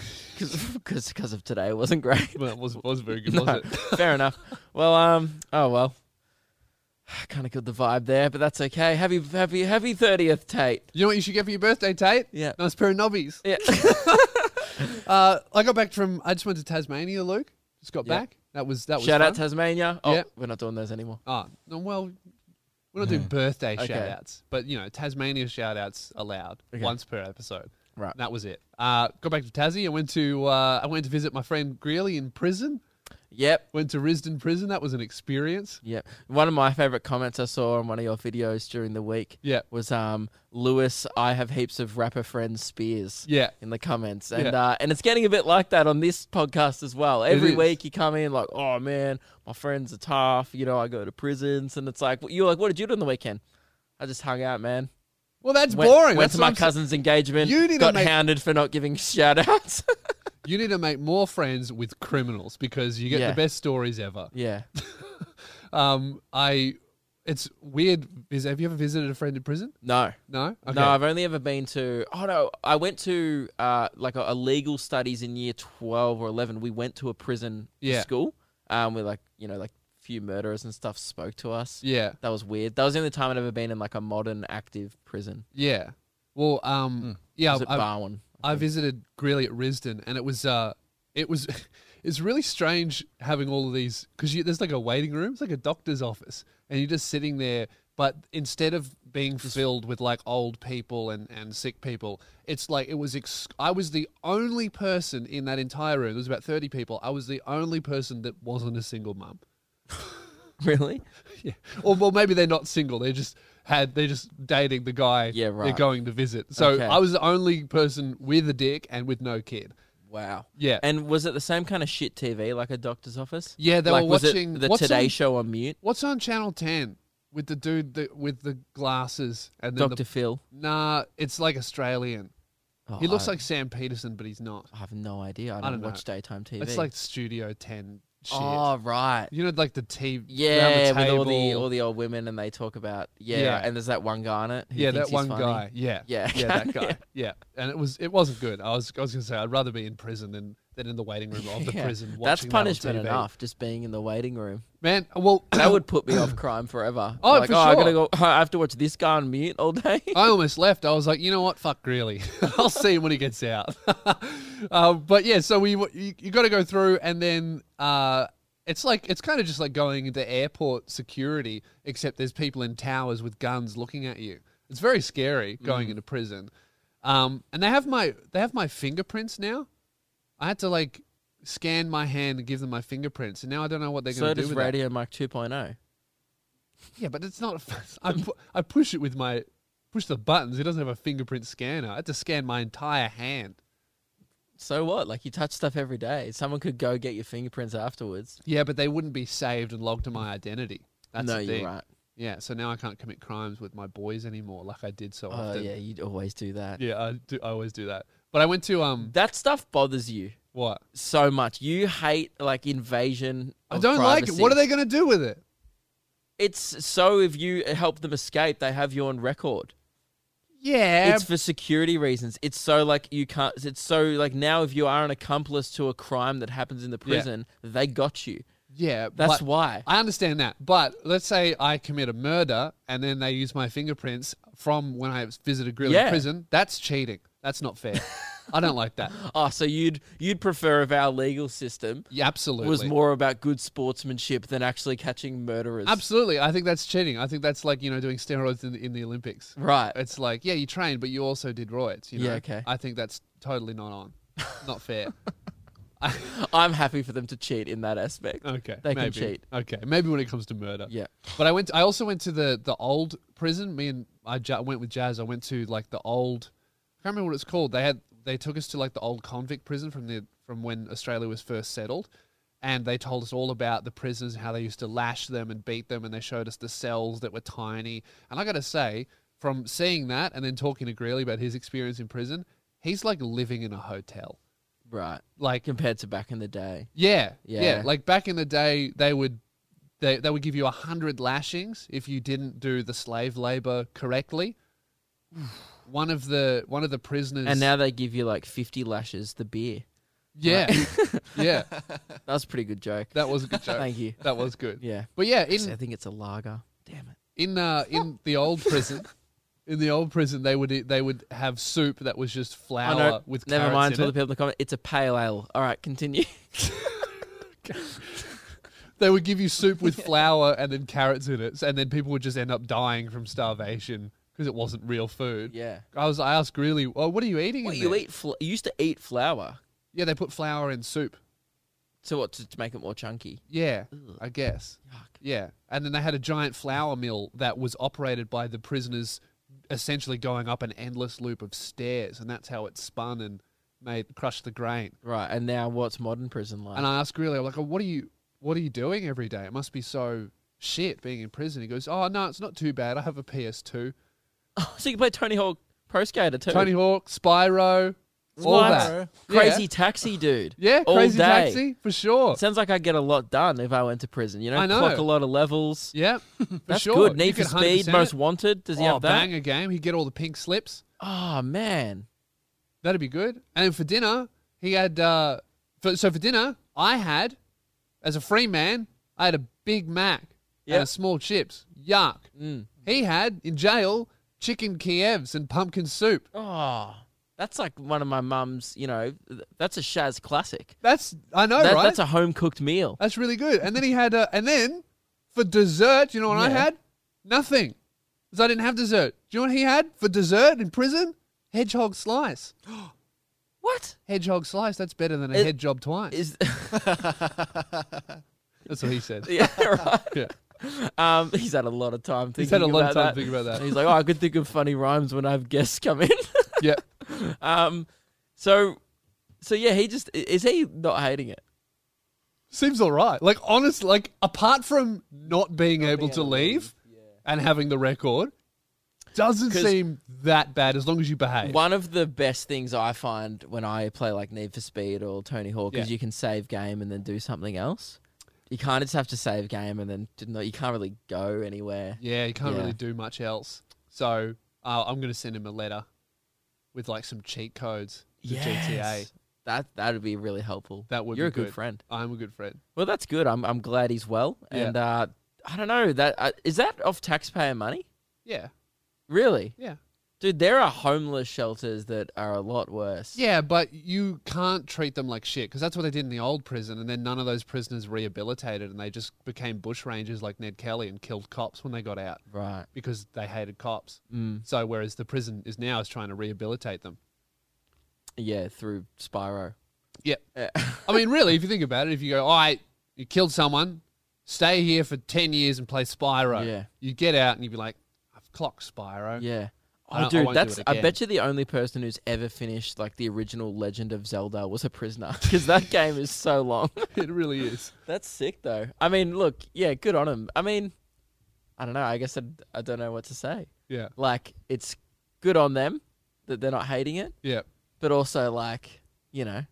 Speaker 2: because of today it wasn't great.
Speaker 1: well, it was, was very good,
Speaker 2: No,
Speaker 1: wasn't it?
Speaker 2: fair enough. Well, um, oh well, kind of killed the vibe there, but that's okay. Happy, happy, happy thirtieth, Tate.
Speaker 1: You know what you should get for your birthday, Tate?
Speaker 2: Yeah.
Speaker 1: Nice pair of knobbies.
Speaker 2: Yeah.
Speaker 1: Uh, I got back from, I just went to Tasmania, Luke. Just got
Speaker 2: Yeah.
Speaker 1: back. That was, that was
Speaker 2: Shout out
Speaker 1: fun.
Speaker 2: Tasmania. Oh,
Speaker 1: Yeah.
Speaker 2: we're not doing those anymore.
Speaker 1: Ah, no, well, We're not doing birthday
Speaker 2: Okay.
Speaker 1: shout outs, but you know, Tasmania shout outs allowed
Speaker 2: Okay.
Speaker 1: once per episode.
Speaker 2: Right.
Speaker 1: And that was it. Uh, got back to Tassie. I went to uh, I went to visit my friend Greeley in prison.
Speaker 2: Yep.
Speaker 1: Went to Risdon prison. That was an experience.
Speaker 2: Yep. One of my favorite comments I saw on one of your videos during the week
Speaker 1: Yeah.
Speaker 2: was um Lewis, I have heaps of rapper friends spears
Speaker 1: Yeah.
Speaker 2: in the comments. And
Speaker 1: Yeah.
Speaker 2: uh, and it's getting a bit like that on this podcast as well. Every
Speaker 1: is.
Speaker 2: week you come in like, "Oh man, my friends are tough, you know, I go to prisons." And it's like you're like, "What did you do on the weekend?" I just hung out, man.
Speaker 1: Well, that's
Speaker 2: Went,
Speaker 1: boring.
Speaker 2: Went
Speaker 1: That's
Speaker 2: to
Speaker 1: what
Speaker 2: my
Speaker 1: I'm sa-
Speaker 2: cousin's engagement.
Speaker 1: You need to
Speaker 2: got
Speaker 1: make-
Speaker 2: hounded for not giving shout outs.
Speaker 1: You need to make more friends with criminals because you get
Speaker 2: Yeah.
Speaker 1: the best stories ever.
Speaker 2: yeah.
Speaker 1: Um, I, it's weird. Is have you ever visited a friend in prison?
Speaker 2: No.
Speaker 1: No.
Speaker 2: No, I've only ever been to. Oh no, I went to uh, like a, a legal studies in year twelve or eleven. We went to a prison
Speaker 1: Yeah.
Speaker 2: school. Um, we like you know like few murderers and stuff spoke to us.
Speaker 1: Yeah.
Speaker 2: That was weird. That was the only time I'd ever been in like a modern active prison.
Speaker 1: Yeah. Well, um, yeah.
Speaker 2: Was Hmm. it
Speaker 1: I-
Speaker 2: Barwon?
Speaker 1: I visited Greeley at Risdon, and it was uh, it was, it's really strange having all of these because there's like a waiting room, it's like a doctor's office, and you're just sitting there. But instead of being filled with like old people and, and sick people, it's like it was. Ex- I was the only person in that entire room. There was about thirty people. I was the only person that wasn't a single mum.
Speaker 2: Really?
Speaker 1: Yeah. Or well, maybe they're not single. They just had they're just dating the guy.
Speaker 2: Yeah,
Speaker 1: They're
Speaker 2: right.
Speaker 1: going to visit. So
Speaker 2: Okay.
Speaker 1: I was the only person with a dick and with no kid.
Speaker 2: Wow.
Speaker 1: Yeah.
Speaker 2: And was it the same kind of shit TV like a doctor's office?
Speaker 1: Yeah, they
Speaker 2: like,
Speaker 1: were
Speaker 2: was it
Speaker 1: watching-
Speaker 2: the
Speaker 1: what's
Speaker 2: Today
Speaker 1: on-
Speaker 2: Show on mute.
Speaker 1: What's on Channel Ten with the dude that, with the glasses and then
Speaker 2: Doctor
Speaker 1: the
Speaker 2: Phil.
Speaker 1: Nah, it's like Australian.
Speaker 2: Oh,
Speaker 1: he looks
Speaker 2: I-
Speaker 1: like Sam Peterson, but he's not.
Speaker 2: I have no idea. I don't,
Speaker 1: don't know.
Speaker 2: watch daytime TV.
Speaker 1: It's like Studio Ten shit.
Speaker 2: oh right.
Speaker 1: You know, like the TV.
Speaker 2: Yeah,
Speaker 1: the
Speaker 2: with all the
Speaker 1: table.
Speaker 2: all the old women, and they talk about yeah,
Speaker 1: Yeah.
Speaker 2: and there's that one guy on it. Who
Speaker 1: yeah,
Speaker 2: thinks
Speaker 1: that one
Speaker 2: he's funny.
Speaker 1: guy. Yeah,
Speaker 2: Yeah.
Speaker 1: yeah, that guy. Yeah, and it was it wasn't good. I was I was gonna say I'd rather be in prison than than in the waiting room of the
Speaker 2: Yeah.
Speaker 1: prison. Watching
Speaker 2: That's
Speaker 1: that on
Speaker 2: punishment
Speaker 1: TV.
Speaker 2: enough. Just being in the waiting room.
Speaker 1: man. Well,
Speaker 2: That would put me off crime forever.
Speaker 1: Oh,
Speaker 2: like,
Speaker 1: for
Speaker 2: oh, I gotta
Speaker 1: sure. Oh,
Speaker 2: go. I have to watch this guy on mute all day.
Speaker 1: I almost left. I was like, you know what? Fuck Greeley. I'll see him when he gets out. um, but yeah, so we you, you got to go through, and then uh, it's like it's kind of just like going into airport security, except there's people in towers with guns looking at you. It's very scary
Speaker 2: Mm.
Speaker 1: going into prison. Um, and they have my they have my fingerprints now. I had to like scan my hand and give them my fingerprints, and now I don't know what they're
Speaker 2: so
Speaker 1: going to do
Speaker 2: does
Speaker 1: with that.
Speaker 2: Radio Mike 2.0.
Speaker 1: Yeah, but it's not. I, pu- I push it with my push the buttons. It doesn't have a fingerprint scanner. I had to scan my entire hand.
Speaker 2: So what? Like you touch stuff every day. Someone could go get your fingerprints afterwards.
Speaker 1: Yeah, but they wouldn't be saved and logged to my identity. That's
Speaker 2: no,
Speaker 1: the
Speaker 2: you're
Speaker 1: thing.
Speaker 2: right.
Speaker 1: Yeah, so now I can't commit crimes with my boys anymore, like I did so
Speaker 2: Oh
Speaker 1: often.
Speaker 2: yeah, you'd always do that.
Speaker 1: yeah. I do. I always do that. But I went to um
Speaker 2: That stuff bothers you
Speaker 1: what?
Speaker 2: so much. You hate like invasion.
Speaker 1: I
Speaker 2: of
Speaker 1: don't like it.
Speaker 2: privacy.
Speaker 1: What are they going to do with it?
Speaker 2: It's so if you help them escape, they have you on record.
Speaker 1: Yeah,
Speaker 2: It's for security reasons. It's so like you can't. It's so like now if you are an accomplice to a crime that happens in the
Speaker 1: Yeah.
Speaker 2: prison, they got you.
Speaker 1: yeah.
Speaker 2: That's
Speaker 1: but-
Speaker 2: why.
Speaker 1: I understand that, but let's say I commit a murder and then they use my fingerprints from when I visited Greeley
Speaker 2: Yeah.
Speaker 1: Prison. That's cheating. That's not fair. I don't like that.
Speaker 2: Oh, so you'd you'd prefer if our legal system
Speaker 1: Yeah, absolutely.
Speaker 2: was more about good sportsmanship than actually catching murderers.
Speaker 1: Absolutely, I think that's cheating. I think that's like you know doing steroids in the, in the Olympics.
Speaker 2: Right.
Speaker 1: It's like yeah, you trained, but you also did roids. You know?
Speaker 2: Yeah, okay.
Speaker 1: I think that's totally not on, not fair.
Speaker 2: I'm happy for them to cheat in that aspect.
Speaker 1: Okay,
Speaker 2: They can
Speaker 1: maybe.
Speaker 2: cheat.
Speaker 1: Okay, maybe when it comes to murder.
Speaker 2: Yeah.
Speaker 1: But I went. I also went to the the old prison. Me and I ja- went with Jazz. I went to like the old. I can't remember what it's called. They had they took us to like the old convict prison from the from when Australia was first settled, and they told us all about the prisoners and how they used to lash them and beat them, and they showed us the cells that were tiny. And I got to say, from seeing that and then talking to Greeley about his experience in prison, he's like living in a hotel.
Speaker 2: Right.
Speaker 1: Like
Speaker 2: Compared to back in the day.
Speaker 1: yeah, yeah.
Speaker 2: Yeah.
Speaker 1: Like back in the day, they would they they would give you a hundred lashings if you didn't do the slave labor correctly. One of the one of the prisoners,
Speaker 2: And now they give you like 50 lashes the beer.
Speaker 1: yeah, yeah,
Speaker 2: That was a pretty good joke.
Speaker 1: that was a good joke.
Speaker 2: Thank you.
Speaker 1: That was good.
Speaker 2: Yeah.
Speaker 1: But yeah,
Speaker 2: I
Speaker 1: in
Speaker 2: think it's a lager. Damn it.
Speaker 1: in uh, in the old prison, in the old prison, they would eat, they would have soup that was just
Speaker 2: I
Speaker 1: flour
Speaker 2: know.
Speaker 1: with
Speaker 2: Oh, never
Speaker 1: carrots
Speaker 2: mind.
Speaker 1: in
Speaker 2: Tell
Speaker 1: it.
Speaker 2: the people in the comment. It's a pale ale. All right, continue.
Speaker 1: They would give you soup with flour and then carrots in it, and then people would just end up dying from starvation because it wasn't real food.
Speaker 2: Yeah.
Speaker 1: I was. I asked Greeley, "Oh, what are you eating?"
Speaker 2: What
Speaker 1: in
Speaker 2: you
Speaker 1: there?"
Speaker 2: eat? Fl- you used to eat flour.
Speaker 1: Yeah, they put flour in soup.
Speaker 2: So what? To, to make it more chunky.
Speaker 1: Yeah, I guess. Yeah, and then they had a giant flour mill that was operated by the prisoners, essentially going up an endless loop of stairs, and that's how it spun and made crushed the grain.
Speaker 2: Right. And now what's modern prison like?
Speaker 1: And I asked Greeley, I'm like, oh, "What are you? What are you doing every day? It must be so shit being in prison." He goes, "Oh no, it's not too bad. I have a PS2,
Speaker 2: so you can play Tony Hawk Pro Skater too.
Speaker 1: Tony Hawk, Spyro, all
Speaker 2: What?
Speaker 1: that.
Speaker 2: Crazy
Speaker 1: Yeah.
Speaker 2: taxi dude.
Speaker 1: Yeah,
Speaker 2: all
Speaker 1: crazy
Speaker 2: day.
Speaker 1: taxi for sure.
Speaker 2: Sounds like I get a lot done if I went to prison. You know,
Speaker 1: I know.
Speaker 2: clock a lot of levels.
Speaker 1: Yeah, for
Speaker 2: That's
Speaker 1: sure.
Speaker 2: good.
Speaker 1: You
Speaker 2: Need for
Speaker 1: could
Speaker 2: Speed,
Speaker 1: 100%
Speaker 2: Most
Speaker 1: it.
Speaker 2: Wanted. Does he
Speaker 1: oh,
Speaker 2: have that?
Speaker 1: banger game. He'd get all the pink slips.
Speaker 2: Oh man.
Speaker 1: That'd be good. And for dinner, he had. Uh, for, so for dinner, I had, as a free man, I had a Big Mac and
Speaker 2: Yep.
Speaker 1: a small chips. Yuck.
Speaker 2: Mm.
Speaker 1: He had in jail chicken Kievs and pumpkin soup.
Speaker 2: Oh, that's like one of my mum's. You know, th- that's a Shaz classic.
Speaker 1: That's I know,
Speaker 2: That-
Speaker 1: Oh, right?
Speaker 2: That's a home cooked meal.
Speaker 1: That's really good. And then he had. Uh, and then for dessert, you know what I
Speaker 2: Yeah.
Speaker 1: had? Nothing, because I didn't have dessert. Do you know what he had for dessert in prison? Hedgehog slice.
Speaker 2: What
Speaker 1: Hedgehog slice. That's better than a
Speaker 2: Is-
Speaker 1: head job twice.
Speaker 2: is?
Speaker 1: that's what he said.
Speaker 2: yeah, right.
Speaker 1: Yeah.
Speaker 2: Um, he's had a lot of time thinking.
Speaker 1: He's had a lot of
Speaker 2: about
Speaker 1: time
Speaker 2: that.
Speaker 1: thinking about that.
Speaker 2: He's like, oh, I could think of funny rhymes when I have guests come in.
Speaker 1: yeah.
Speaker 2: um, so, so yeah, he just i- is he not hating it?
Speaker 1: Seems all right. Like, honest, like, apart from not being able to leave and having the record, doesn't
Speaker 2: 'Cause-
Speaker 1: seem that bad as long as you behave.
Speaker 2: One of the best things I find when I play like Need for Speed or Tony Hawk is
Speaker 1: Yeah.
Speaker 2: you can save game and then do something else. You kind of just have to save game and then didn't know- you can't really go anywhere.
Speaker 1: Yeah, you can't
Speaker 2: Yeah.
Speaker 1: really do much else. So, uh, I'm going to send him a letter with, like, some cheat codes to GTA.
Speaker 2: Yes. That that would be really helpful.
Speaker 1: That would
Speaker 2: You're
Speaker 1: be
Speaker 2: a good,
Speaker 1: good.
Speaker 2: friend.
Speaker 1: I'm a good friend.
Speaker 2: Well, that's good. I'm I'm glad he's well.
Speaker 1: Yeah.
Speaker 2: And uh, I don't know that uh, is that off taxpayer money?
Speaker 1: Yeah,
Speaker 2: Really,
Speaker 1: yeah.
Speaker 2: dude? There are homeless shelters that are a lot worse.
Speaker 1: Yeah, but you can't treat them like shit because that's what they did in the old prison. And then none of those prisoners rehabilitated and they just became bushrangers like Ned Kelly and killed cops when they got out.
Speaker 2: Right.
Speaker 1: because they hated cops.
Speaker 2: Mm.
Speaker 1: So whereas the prison is now is trying to rehabilitate them.
Speaker 2: Yeah, through Spyro.
Speaker 1: Yeah.
Speaker 2: Yeah.
Speaker 1: I mean, really, if you think about it, if you go, all right, you killed someone, stay here for ten years and play Spyro.
Speaker 2: Yeah.
Speaker 1: You get out and you'd be like, I've clocked Spyro. I
Speaker 2: Yeah.
Speaker 1: don't-
Speaker 2: Oh,
Speaker 1: I
Speaker 2: dude,
Speaker 1: won't do
Speaker 2: that's.
Speaker 1: it
Speaker 2: I
Speaker 1: again.
Speaker 2: bet you the only person who's ever finished like the original Legend of Zelda was a prisoner because that game is so long.
Speaker 1: It really is.
Speaker 2: that's sick, though. I mean, look, yeah, good on him. I mean, I don't know. I guess I, I don't know what to say.
Speaker 1: Yeah.
Speaker 2: Like, it's good on them that they're not hating it,
Speaker 1: Yeah.
Speaker 2: but also like, you know,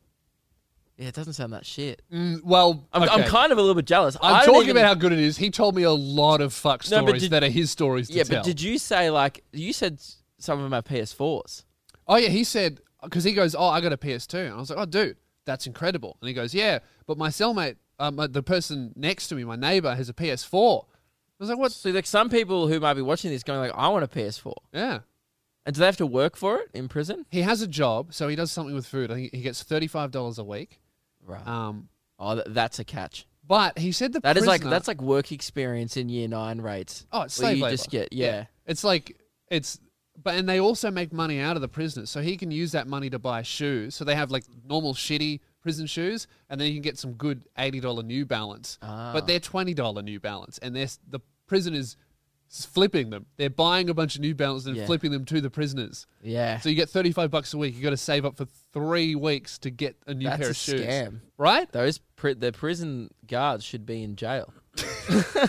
Speaker 2: yeah, it doesn't sound that shit.
Speaker 1: Mm, well,
Speaker 2: I'm, I'm
Speaker 1: okay.
Speaker 2: kind of a little bit jealous.
Speaker 1: I'm
Speaker 2: I don't
Speaker 1: talking
Speaker 2: even-
Speaker 1: about how good it is. He told me a lot of fuck
Speaker 2: No, but
Speaker 1: stories
Speaker 2: did-
Speaker 1: that are his stories to
Speaker 2: Yeah,
Speaker 1: tell.
Speaker 2: but did you say like you said s- some of my PS4s?
Speaker 1: Oh yeah, he said because he goes, "Oh, I got a PS2," and I was like, "Oh, dude, that's incredible." And he goes, "Yeah, but my cellmate, um, uh, the person next to me, my neighbor, has a PS4." I was like, "What's?"
Speaker 2: So like some people who might be watching this going like, I want a PS4.
Speaker 1: Yeah,
Speaker 2: And do they have to work for it in prison?
Speaker 1: he has a job, so he does something with food. I think he gets thirty-five dollars a week.
Speaker 2: Right.
Speaker 1: Um,
Speaker 2: oh, th- that's a catch.
Speaker 1: but he said the
Speaker 2: That is like
Speaker 1: prisoner-
Speaker 2: that's like work experience in year nine rates.
Speaker 1: oh, it's
Speaker 2: where
Speaker 1: slave
Speaker 2: you
Speaker 1: labor.
Speaker 2: just get yeah.
Speaker 1: It's like it's. But and they also make money out of the prisoners, so he can use that money to buy shoes. So they have like normal shitty prison shoes, and then he can get some good eighty dollar New Balance.
Speaker 2: Ah.
Speaker 1: But they're twenty dollar New Balance, and they're s- the prison is s- flipping them. They're buying a bunch of New Balance and
Speaker 2: Yeah.
Speaker 1: flipping them to the prisoners.
Speaker 2: yeah.
Speaker 1: So you get thirty five bucks a week. You got to save up for three weeks to get a new
Speaker 2: That's
Speaker 1: pair
Speaker 2: a
Speaker 1: of shoes,
Speaker 2: scam.
Speaker 1: right?
Speaker 2: Those pri- the prison guards should be in jail.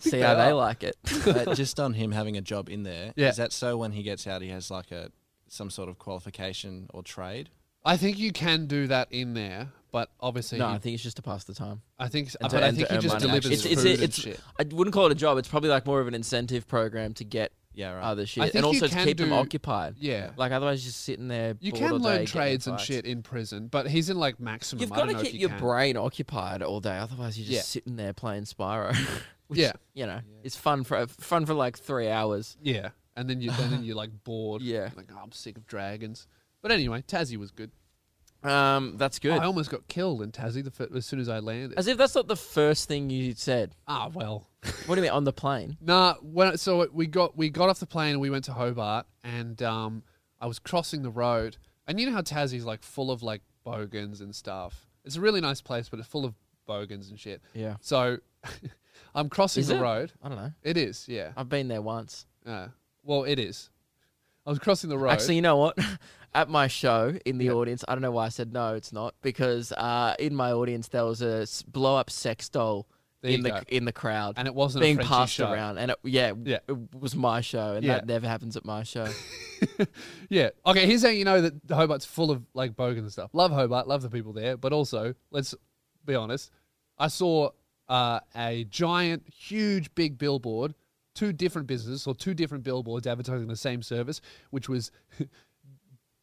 Speaker 2: See how
Speaker 1: they
Speaker 2: they like it.
Speaker 3: But Uh, just on him having a job in there, is
Speaker 1: Yeah.
Speaker 3: that so when he gets out, he has like a some sort of qualification or trade?
Speaker 1: I think you can do that in there, but obviously,
Speaker 2: no,
Speaker 1: he-
Speaker 2: I think it's just to pass the time.
Speaker 1: I think, s-
Speaker 2: And
Speaker 1: Uh,
Speaker 2: to-
Speaker 1: but I
Speaker 2: and to
Speaker 1: think he
Speaker 2: earn
Speaker 1: just
Speaker 2: money.
Speaker 1: delivers
Speaker 2: It's-
Speaker 1: food
Speaker 2: it's-
Speaker 1: and
Speaker 2: it's-
Speaker 1: shit.
Speaker 2: I wouldn't call it a job. It's probably like more of an incentive program to get
Speaker 3: Yeah, right.
Speaker 2: other shit,
Speaker 1: think
Speaker 2: and
Speaker 1: you
Speaker 2: also to
Speaker 1: can
Speaker 2: keep them
Speaker 1: do-
Speaker 2: occupied.
Speaker 1: Yeah.
Speaker 2: Like otherwise, you're just sitting there.
Speaker 1: You
Speaker 2: bored
Speaker 1: can
Speaker 2: all day
Speaker 1: learn
Speaker 2: getting
Speaker 1: trades and
Speaker 2: fights.
Speaker 1: shit in prison, but he's in like maximum.
Speaker 2: You've
Speaker 1: I
Speaker 2: got
Speaker 1: don't
Speaker 2: to
Speaker 1: know if
Speaker 2: keep
Speaker 1: you
Speaker 2: your
Speaker 1: can.
Speaker 2: brain occupied all day, otherwise you're just
Speaker 1: Yeah.
Speaker 2: sitting there playing Spyro. Which,
Speaker 1: Yeah.
Speaker 2: you know, it's fun for fun for like three hours.
Speaker 1: Yeah, and then you and then you're like bored.
Speaker 2: Yeah.
Speaker 1: like "Oh, I'm sick of dragons. But anyway, Tassie was good.
Speaker 2: Um, that's good.
Speaker 1: I almost got killed in Tassie the fir- as soon as I landed.
Speaker 2: As if that's not the first thing you said.
Speaker 1: ah, well.
Speaker 2: What do you mean on the plane?
Speaker 1: Nah, when, so we got we got off the plane and we went to Hobart, and um, I was crossing the road, and you know how Tassie's like full of like bogans and stuff. It's a really nice place, but it's full of bogans and shit.
Speaker 2: Yeah.
Speaker 1: So I'm crossing
Speaker 2: Is
Speaker 1: the
Speaker 2: it?
Speaker 1: road.
Speaker 2: I don't know.
Speaker 1: It is, yeah.
Speaker 2: I've been there once.
Speaker 1: Uh, well, it is. I was crossing the road.
Speaker 2: Actually, you know what? At my show in the audience, I don't know why I said no, it's not because uh, in my audience there was a blow up sex doll
Speaker 1: There
Speaker 2: in
Speaker 1: you
Speaker 2: the
Speaker 1: go.
Speaker 2: in the crowd
Speaker 1: and it wasn't
Speaker 2: being
Speaker 1: a Frenchie
Speaker 2: passed
Speaker 1: show.
Speaker 2: around, and it, yeah,
Speaker 1: Yeah.
Speaker 2: it was my show, and
Speaker 1: Yeah.
Speaker 2: that never happens at my show.
Speaker 1: Yeah. Okay. Here's how you know that Hobart's full of like bogan and stuff. Love Hobart. Love the people there. But also, let's be honest. I saw uh, a giant, huge, big billboard. Two different businesses or two different billboards advertising the same service, which was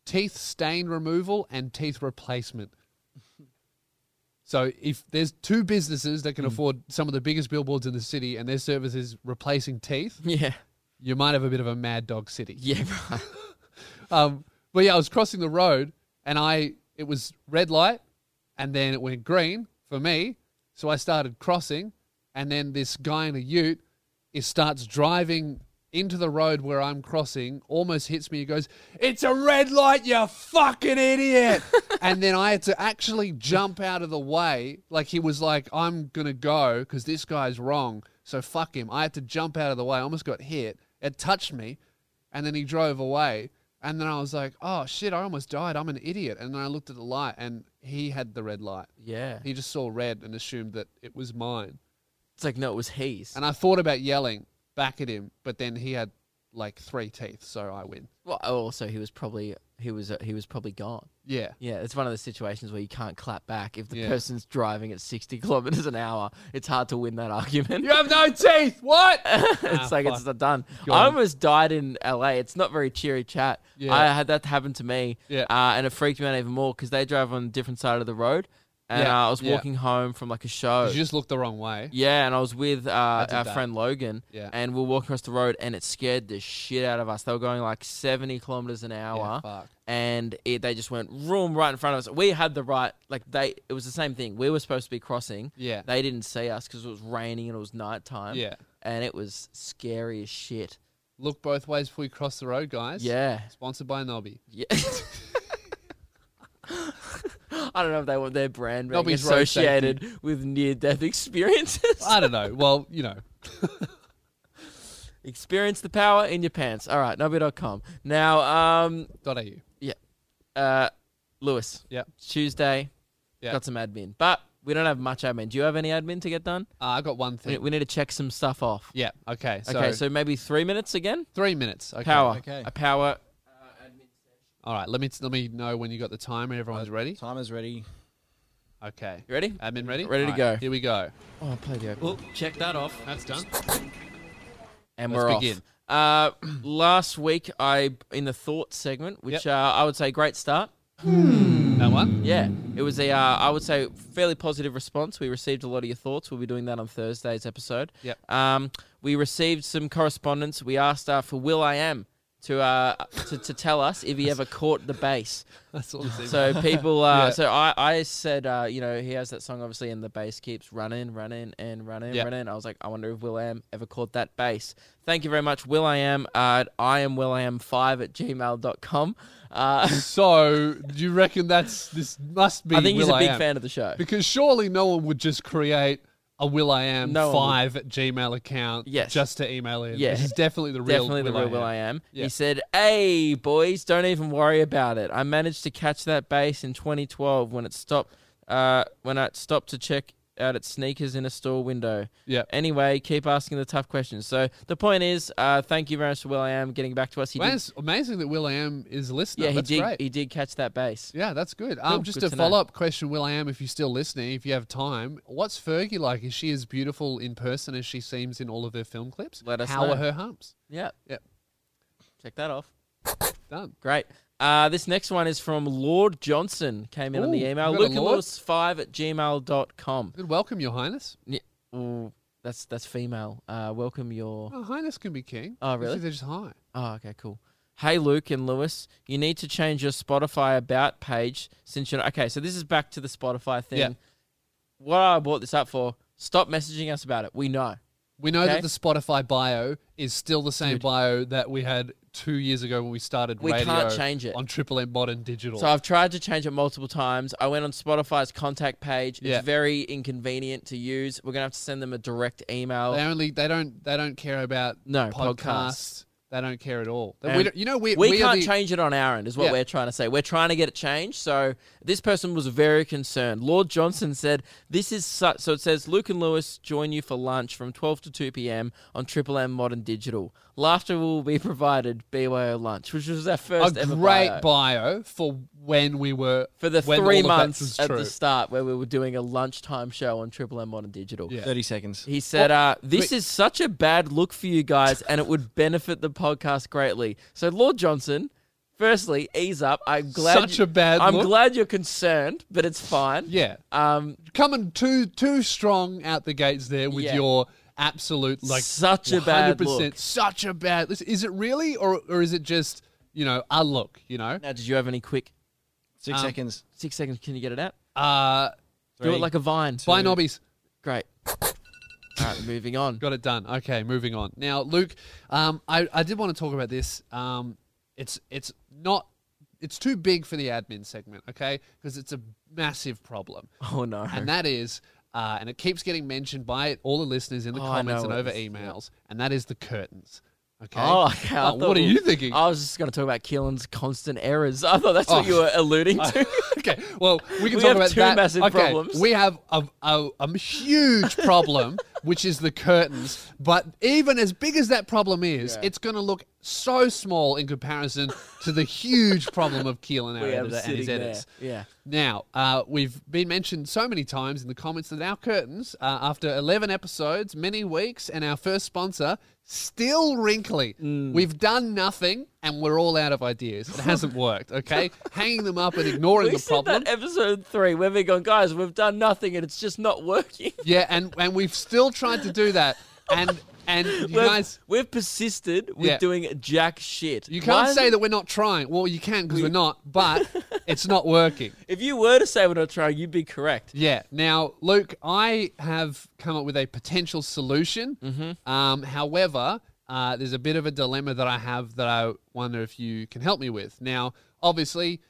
Speaker 1: teeth stain removal and teeth replacement. So if there's two businesses that can afford some of the biggest billboards in the city and their service is replacing teeth,
Speaker 2: yeah,
Speaker 1: you might have a bit of a mad dog city.
Speaker 2: yeah, right.
Speaker 1: Um, but yeah, I was crossing the road and I it was red light and then it went green for me. So I started crossing and then this guy in a ute it starts driving into the road where I'm crossing, almost hits me, he goes, It's a red light, you fucking idiot And then I had to actually jump out of the way. Like he was like, I'm gonna go because this guy's wrong. So fuck him. I had to jump out of the way. I almost got hit. It touched me and then he drove away. And then I was like, oh shit, I almost died. I'm an idiot. And then I looked at the light and he had the red light.
Speaker 2: yeah.
Speaker 1: He just saw red and assumed that it was mine.
Speaker 2: It's like no, it was he's.
Speaker 1: And I thought about yelling back at him, but then he had like three teeth, so I win.
Speaker 2: Well, also he was probably he was uh, he was probably gone.
Speaker 1: Yeah.
Speaker 2: Yeah, it's one of those situations where you can't clap back if the
Speaker 1: Yeah.
Speaker 2: person's driving at sixty kilometers an hour. It's hard to win that argument.
Speaker 1: You have no teeth. What?
Speaker 2: it's like it's
Speaker 1: fuck.
Speaker 2: not done.
Speaker 1: Go
Speaker 2: I
Speaker 1: on.
Speaker 2: almost died in LA. It's not very cheery chat.
Speaker 1: Yeah.
Speaker 2: I had that happen to me.
Speaker 1: Yeah.
Speaker 2: Uh, and it freaked me out even more because they drove on a different side of the road. And
Speaker 1: Yeah,
Speaker 2: uh, I was
Speaker 1: yeah.
Speaker 2: walking home from like a show.
Speaker 1: you just looked the wrong way.
Speaker 2: yeah, and I was with uh,
Speaker 1: did
Speaker 2: our
Speaker 1: that.
Speaker 2: friend Logan,
Speaker 1: Yeah.
Speaker 2: and we were walking across the road, and it scared the shit out of us. They were going like seventy kilometers an hour,
Speaker 1: fuck.
Speaker 2: and it, they just went room right in front of us. We had the right, like they, it was the same thing. We were supposed to be crossing,
Speaker 1: Yeah.
Speaker 2: they didn't see us because it was raining and it was nighttime.
Speaker 1: Yeah.
Speaker 2: And it was scary as shit.
Speaker 1: Look both ways before you cross the road, guys.
Speaker 2: Yeah.
Speaker 1: Sponsored by Nobby.
Speaker 2: Yeah. I don't know if they want their brand being
Speaker 1: Nobby's road safety.
Speaker 2: associated with near death experiences.
Speaker 1: I don't know. Well, you know.
Speaker 2: Experience the power in your pants. All right, Nobby.com. Now, um,
Speaker 1: Dot au. Yep.
Speaker 2: yeah. Uh, Lewis,
Speaker 1: Yeah.
Speaker 2: it's Tuesday,
Speaker 1: Yeah.
Speaker 2: got some admin, but we don't have much admin. Do you have any admin to get done?
Speaker 1: Uh, I got one
Speaker 2: We,
Speaker 1: thing.
Speaker 2: we need to check some stuff off.
Speaker 1: Yeah. Okay. So,
Speaker 2: okay, so maybe three minutes again?
Speaker 1: three minutes. Okay.
Speaker 2: Power.
Speaker 3: okay.
Speaker 2: A power.
Speaker 1: All right, let me let me know when you got the timer.
Speaker 2: Uh,
Speaker 1: Everyone's ready.
Speaker 3: Timer's ready.
Speaker 1: Okay.
Speaker 2: You ready?
Speaker 1: Admin ready?
Speaker 2: Ready to
Speaker 1: All
Speaker 2: go.
Speaker 1: Here we go.
Speaker 2: Oh, play the opener.
Speaker 3: Oh, check that off.
Speaker 1: That's done.
Speaker 2: And
Speaker 1: Let's
Speaker 2: we're off.
Speaker 1: begin.
Speaker 2: Uh, last week, I in the thought segment, which uh, I would say great start.
Speaker 1: That one.
Speaker 2: Yeah, it was a uh, I would say fairly positive response. We received a lot of your thoughts. We'll be doing that on Thursday's episode.
Speaker 1: Yep.
Speaker 2: Um, we received some correspondence. We asked uh, for Will I Am to uh to, to tell us if he ever caught the bass.
Speaker 1: That's all. it's even.
Speaker 2: So people, uh,
Speaker 1: Yeah.
Speaker 2: so I, I said, uh, you know, he has that song obviously, and the bass keeps running, running, and running,
Speaker 1: Yeah.
Speaker 2: running. I was like, I wonder if Will I Am ever caught that bass. Thank you very much, Will I Am. Uh, I am Will I Am five at gmail.com. Uh,
Speaker 1: So, do you reckon that's this must be?
Speaker 2: I think he's
Speaker 1: Will
Speaker 2: a big
Speaker 1: Am?
Speaker 2: fan of the show.
Speaker 1: because surely no one would just create a Will I Am
Speaker 2: No one
Speaker 1: five at Gmail account
Speaker 2: Yes.
Speaker 1: just to email in.
Speaker 2: Yeah.
Speaker 1: this is definitely the real.
Speaker 2: Definitely the real Will I Am.
Speaker 1: Yeah.
Speaker 2: He said, "Hey boys, don't even worry about it. I managed to catch that bass in 2012 when it stopped. Uh, when I stopped to check out its sneakers in a store window.
Speaker 1: Yeah.
Speaker 2: Anyway, keep asking the tough questions. So the point is, uh, thank you very much to Will I Am getting back to us. He
Speaker 1: Man,
Speaker 2: did,
Speaker 1: it's amazing that Will I Am is listening.
Speaker 2: yeah, he
Speaker 1: that's
Speaker 2: did.
Speaker 1: Great.
Speaker 2: He did catch that bass.
Speaker 1: Yeah, that's good. Um,
Speaker 2: Cool,
Speaker 1: just
Speaker 2: good
Speaker 1: a
Speaker 2: to know.
Speaker 1: follow up question, Will I Am, if you're still listening, if you have time, what's Fergie like? Is she as beautiful in person as she seems in all of her film clips?
Speaker 2: Let us
Speaker 1: How
Speaker 2: know.
Speaker 1: are her humps?
Speaker 2: Yeah,
Speaker 1: Yep.
Speaker 2: check that off.
Speaker 1: Done.
Speaker 2: Great. Uh, this next one is from Lord Johnson. Came in on
Speaker 1: Ooh,
Speaker 2: the email.
Speaker 1: we got a
Speaker 2: Luke and
Speaker 1: Lord?
Speaker 2: Lewis five at gmail.com.
Speaker 1: Good welcome, Your Highness.
Speaker 2: Yeah. Ooh, that's that's female. Uh, welcome your.
Speaker 1: Oh, Highness can be king.
Speaker 2: Oh,
Speaker 1: Usually
Speaker 2: really?
Speaker 1: They're just high.
Speaker 2: Oh, okay, cool. Hey, Luke and Lewis, you need to change your Spotify about page since you're. Okay, so this is back to the Spotify thing.
Speaker 1: Yeah.
Speaker 2: What I brought this up for, stop messaging us about it. We know.
Speaker 1: We know
Speaker 2: Okay.
Speaker 1: that the Spotify bio is still the same bio that we had two years ago when we started
Speaker 2: We
Speaker 1: radio
Speaker 2: can't change it.
Speaker 1: on Triple M Modern Digital.
Speaker 2: So I've tried to change it multiple times. I went on Spotify's contact page. It's
Speaker 1: Yeah.
Speaker 2: very inconvenient to use. We're going to have to send them a direct email.
Speaker 1: they only they don't they don't care about
Speaker 2: No,
Speaker 1: podcasts.
Speaker 2: podcasts.
Speaker 1: They don't care at all. They-
Speaker 2: And
Speaker 1: we don't, you know we
Speaker 2: we,
Speaker 1: are
Speaker 2: can't
Speaker 1: the-
Speaker 2: change it on our end, is what
Speaker 1: Yeah.
Speaker 2: we're trying to say. We're trying to get it changed. So this person was very concerned. Lord Johnson said, "This is such." So it says, "Luke and Lewis join you for lunch from 12 to 2 p.m. on Triple M Modern Digital. Laughter will be provided. BYO lunch, which was our
Speaker 1: a
Speaker 2: first ever
Speaker 1: great
Speaker 2: bio.
Speaker 1: bio for when we were
Speaker 2: for the
Speaker 1: when
Speaker 2: three
Speaker 1: all of that
Speaker 2: months
Speaker 1: was
Speaker 2: at
Speaker 1: true.
Speaker 2: the start where we were doing a lunchtime show on Triple M Modern Digital."
Speaker 1: Yeah.
Speaker 3: Thirty seconds.
Speaker 2: He said, uh, "This is such a bad look for you guys, and it would benefit the podcast greatly." So, Lord Johnson, firstly, ease up. I'm glad
Speaker 1: Such a bad
Speaker 2: I'm
Speaker 1: look.
Speaker 2: glad you're concerned, but it's fine.
Speaker 1: Yeah,
Speaker 2: Um,
Speaker 1: coming too too strong out the gates there with
Speaker 2: Yeah.
Speaker 1: your absolute like
Speaker 2: Such a bad
Speaker 1: 100%,
Speaker 2: look.
Speaker 1: Such a bad. listen, Is it really or or is it just you know a look? You know,
Speaker 2: now, did you have any quick
Speaker 3: Six
Speaker 1: Um,
Speaker 3: seconds.
Speaker 2: six seconds? Can you get it out?
Speaker 1: uh,
Speaker 2: Do it
Speaker 3: Three,
Speaker 2: like a vine.
Speaker 1: by knobbies.
Speaker 2: Great. All right, moving on.
Speaker 1: Got it done. Okay, moving on. Now, Luke, um, I, I did want to talk about this. Um, it's it's not it's too big for the admin segment, okay? Because it's a massive problem,
Speaker 2: Oh no.
Speaker 1: and that is, uh, and it keeps getting mentioned by all the listeners in the
Speaker 2: Oh, I
Speaker 1: comments and
Speaker 2: know what
Speaker 1: over
Speaker 2: it is, yeah.
Speaker 1: emails, and that is the curtains. Okay.
Speaker 2: Oh, okay. I
Speaker 1: Like,
Speaker 2: thought
Speaker 1: what are
Speaker 2: we- Oh.
Speaker 1: you thinking? Oh.
Speaker 2: I was just going to talk about Keelan's constant errors. I thought that's what you were alluding to.
Speaker 1: okay. Well, we can talk
Speaker 2: We have
Speaker 1: about
Speaker 2: two
Speaker 1: that.
Speaker 2: massive
Speaker 1: okay.
Speaker 2: problems.
Speaker 1: We have a, a, a huge problem, which is the curtains. But even as big as that problem is, it's going to look so small in comparison to the huge problem of Keelan our
Speaker 2: We have
Speaker 1: editor and his
Speaker 2: sitting there.
Speaker 1: edits.
Speaker 2: Yeah.
Speaker 1: Now, uh, we've been mentioned so many times in the comments that our curtains, uh, after 11 episodes, many weeks, and our first sponsor, still wrinkly.
Speaker 2: Mm.
Speaker 1: We've done nothing, and we're all out of ideas. It hasn't worked, okay? Hanging them up and ignoring
Speaker 2: We
Speaker 1: the
Speaker 2: said
Speaker 1: problem.
Speaker 2: that episode three where we gone, guys, we've done nothing and it's just not working.
Speaker 1: Yeah, and, and we've still tried to do that. And, and you
Speaker 2: we've,
Speaker 1: guys,
Speaker 2: we've persisted with
Speaker 1: Yeah.
Speaker 2: doing jack shit.
Speaker 1: you can't
Speaker 2: Why-
Speaker 1: say that we're not trying. Well, you can because we, are not, but it's not working.
Speaker 2: If you were to say we're not trying, you'd be correct.
Speaker 1: Yeah. Now, Luke, I have come up with a potential solution. Um, however, uh, there's a bit of a dilemma that I have that I wonder if you can help me with. Now, obviously,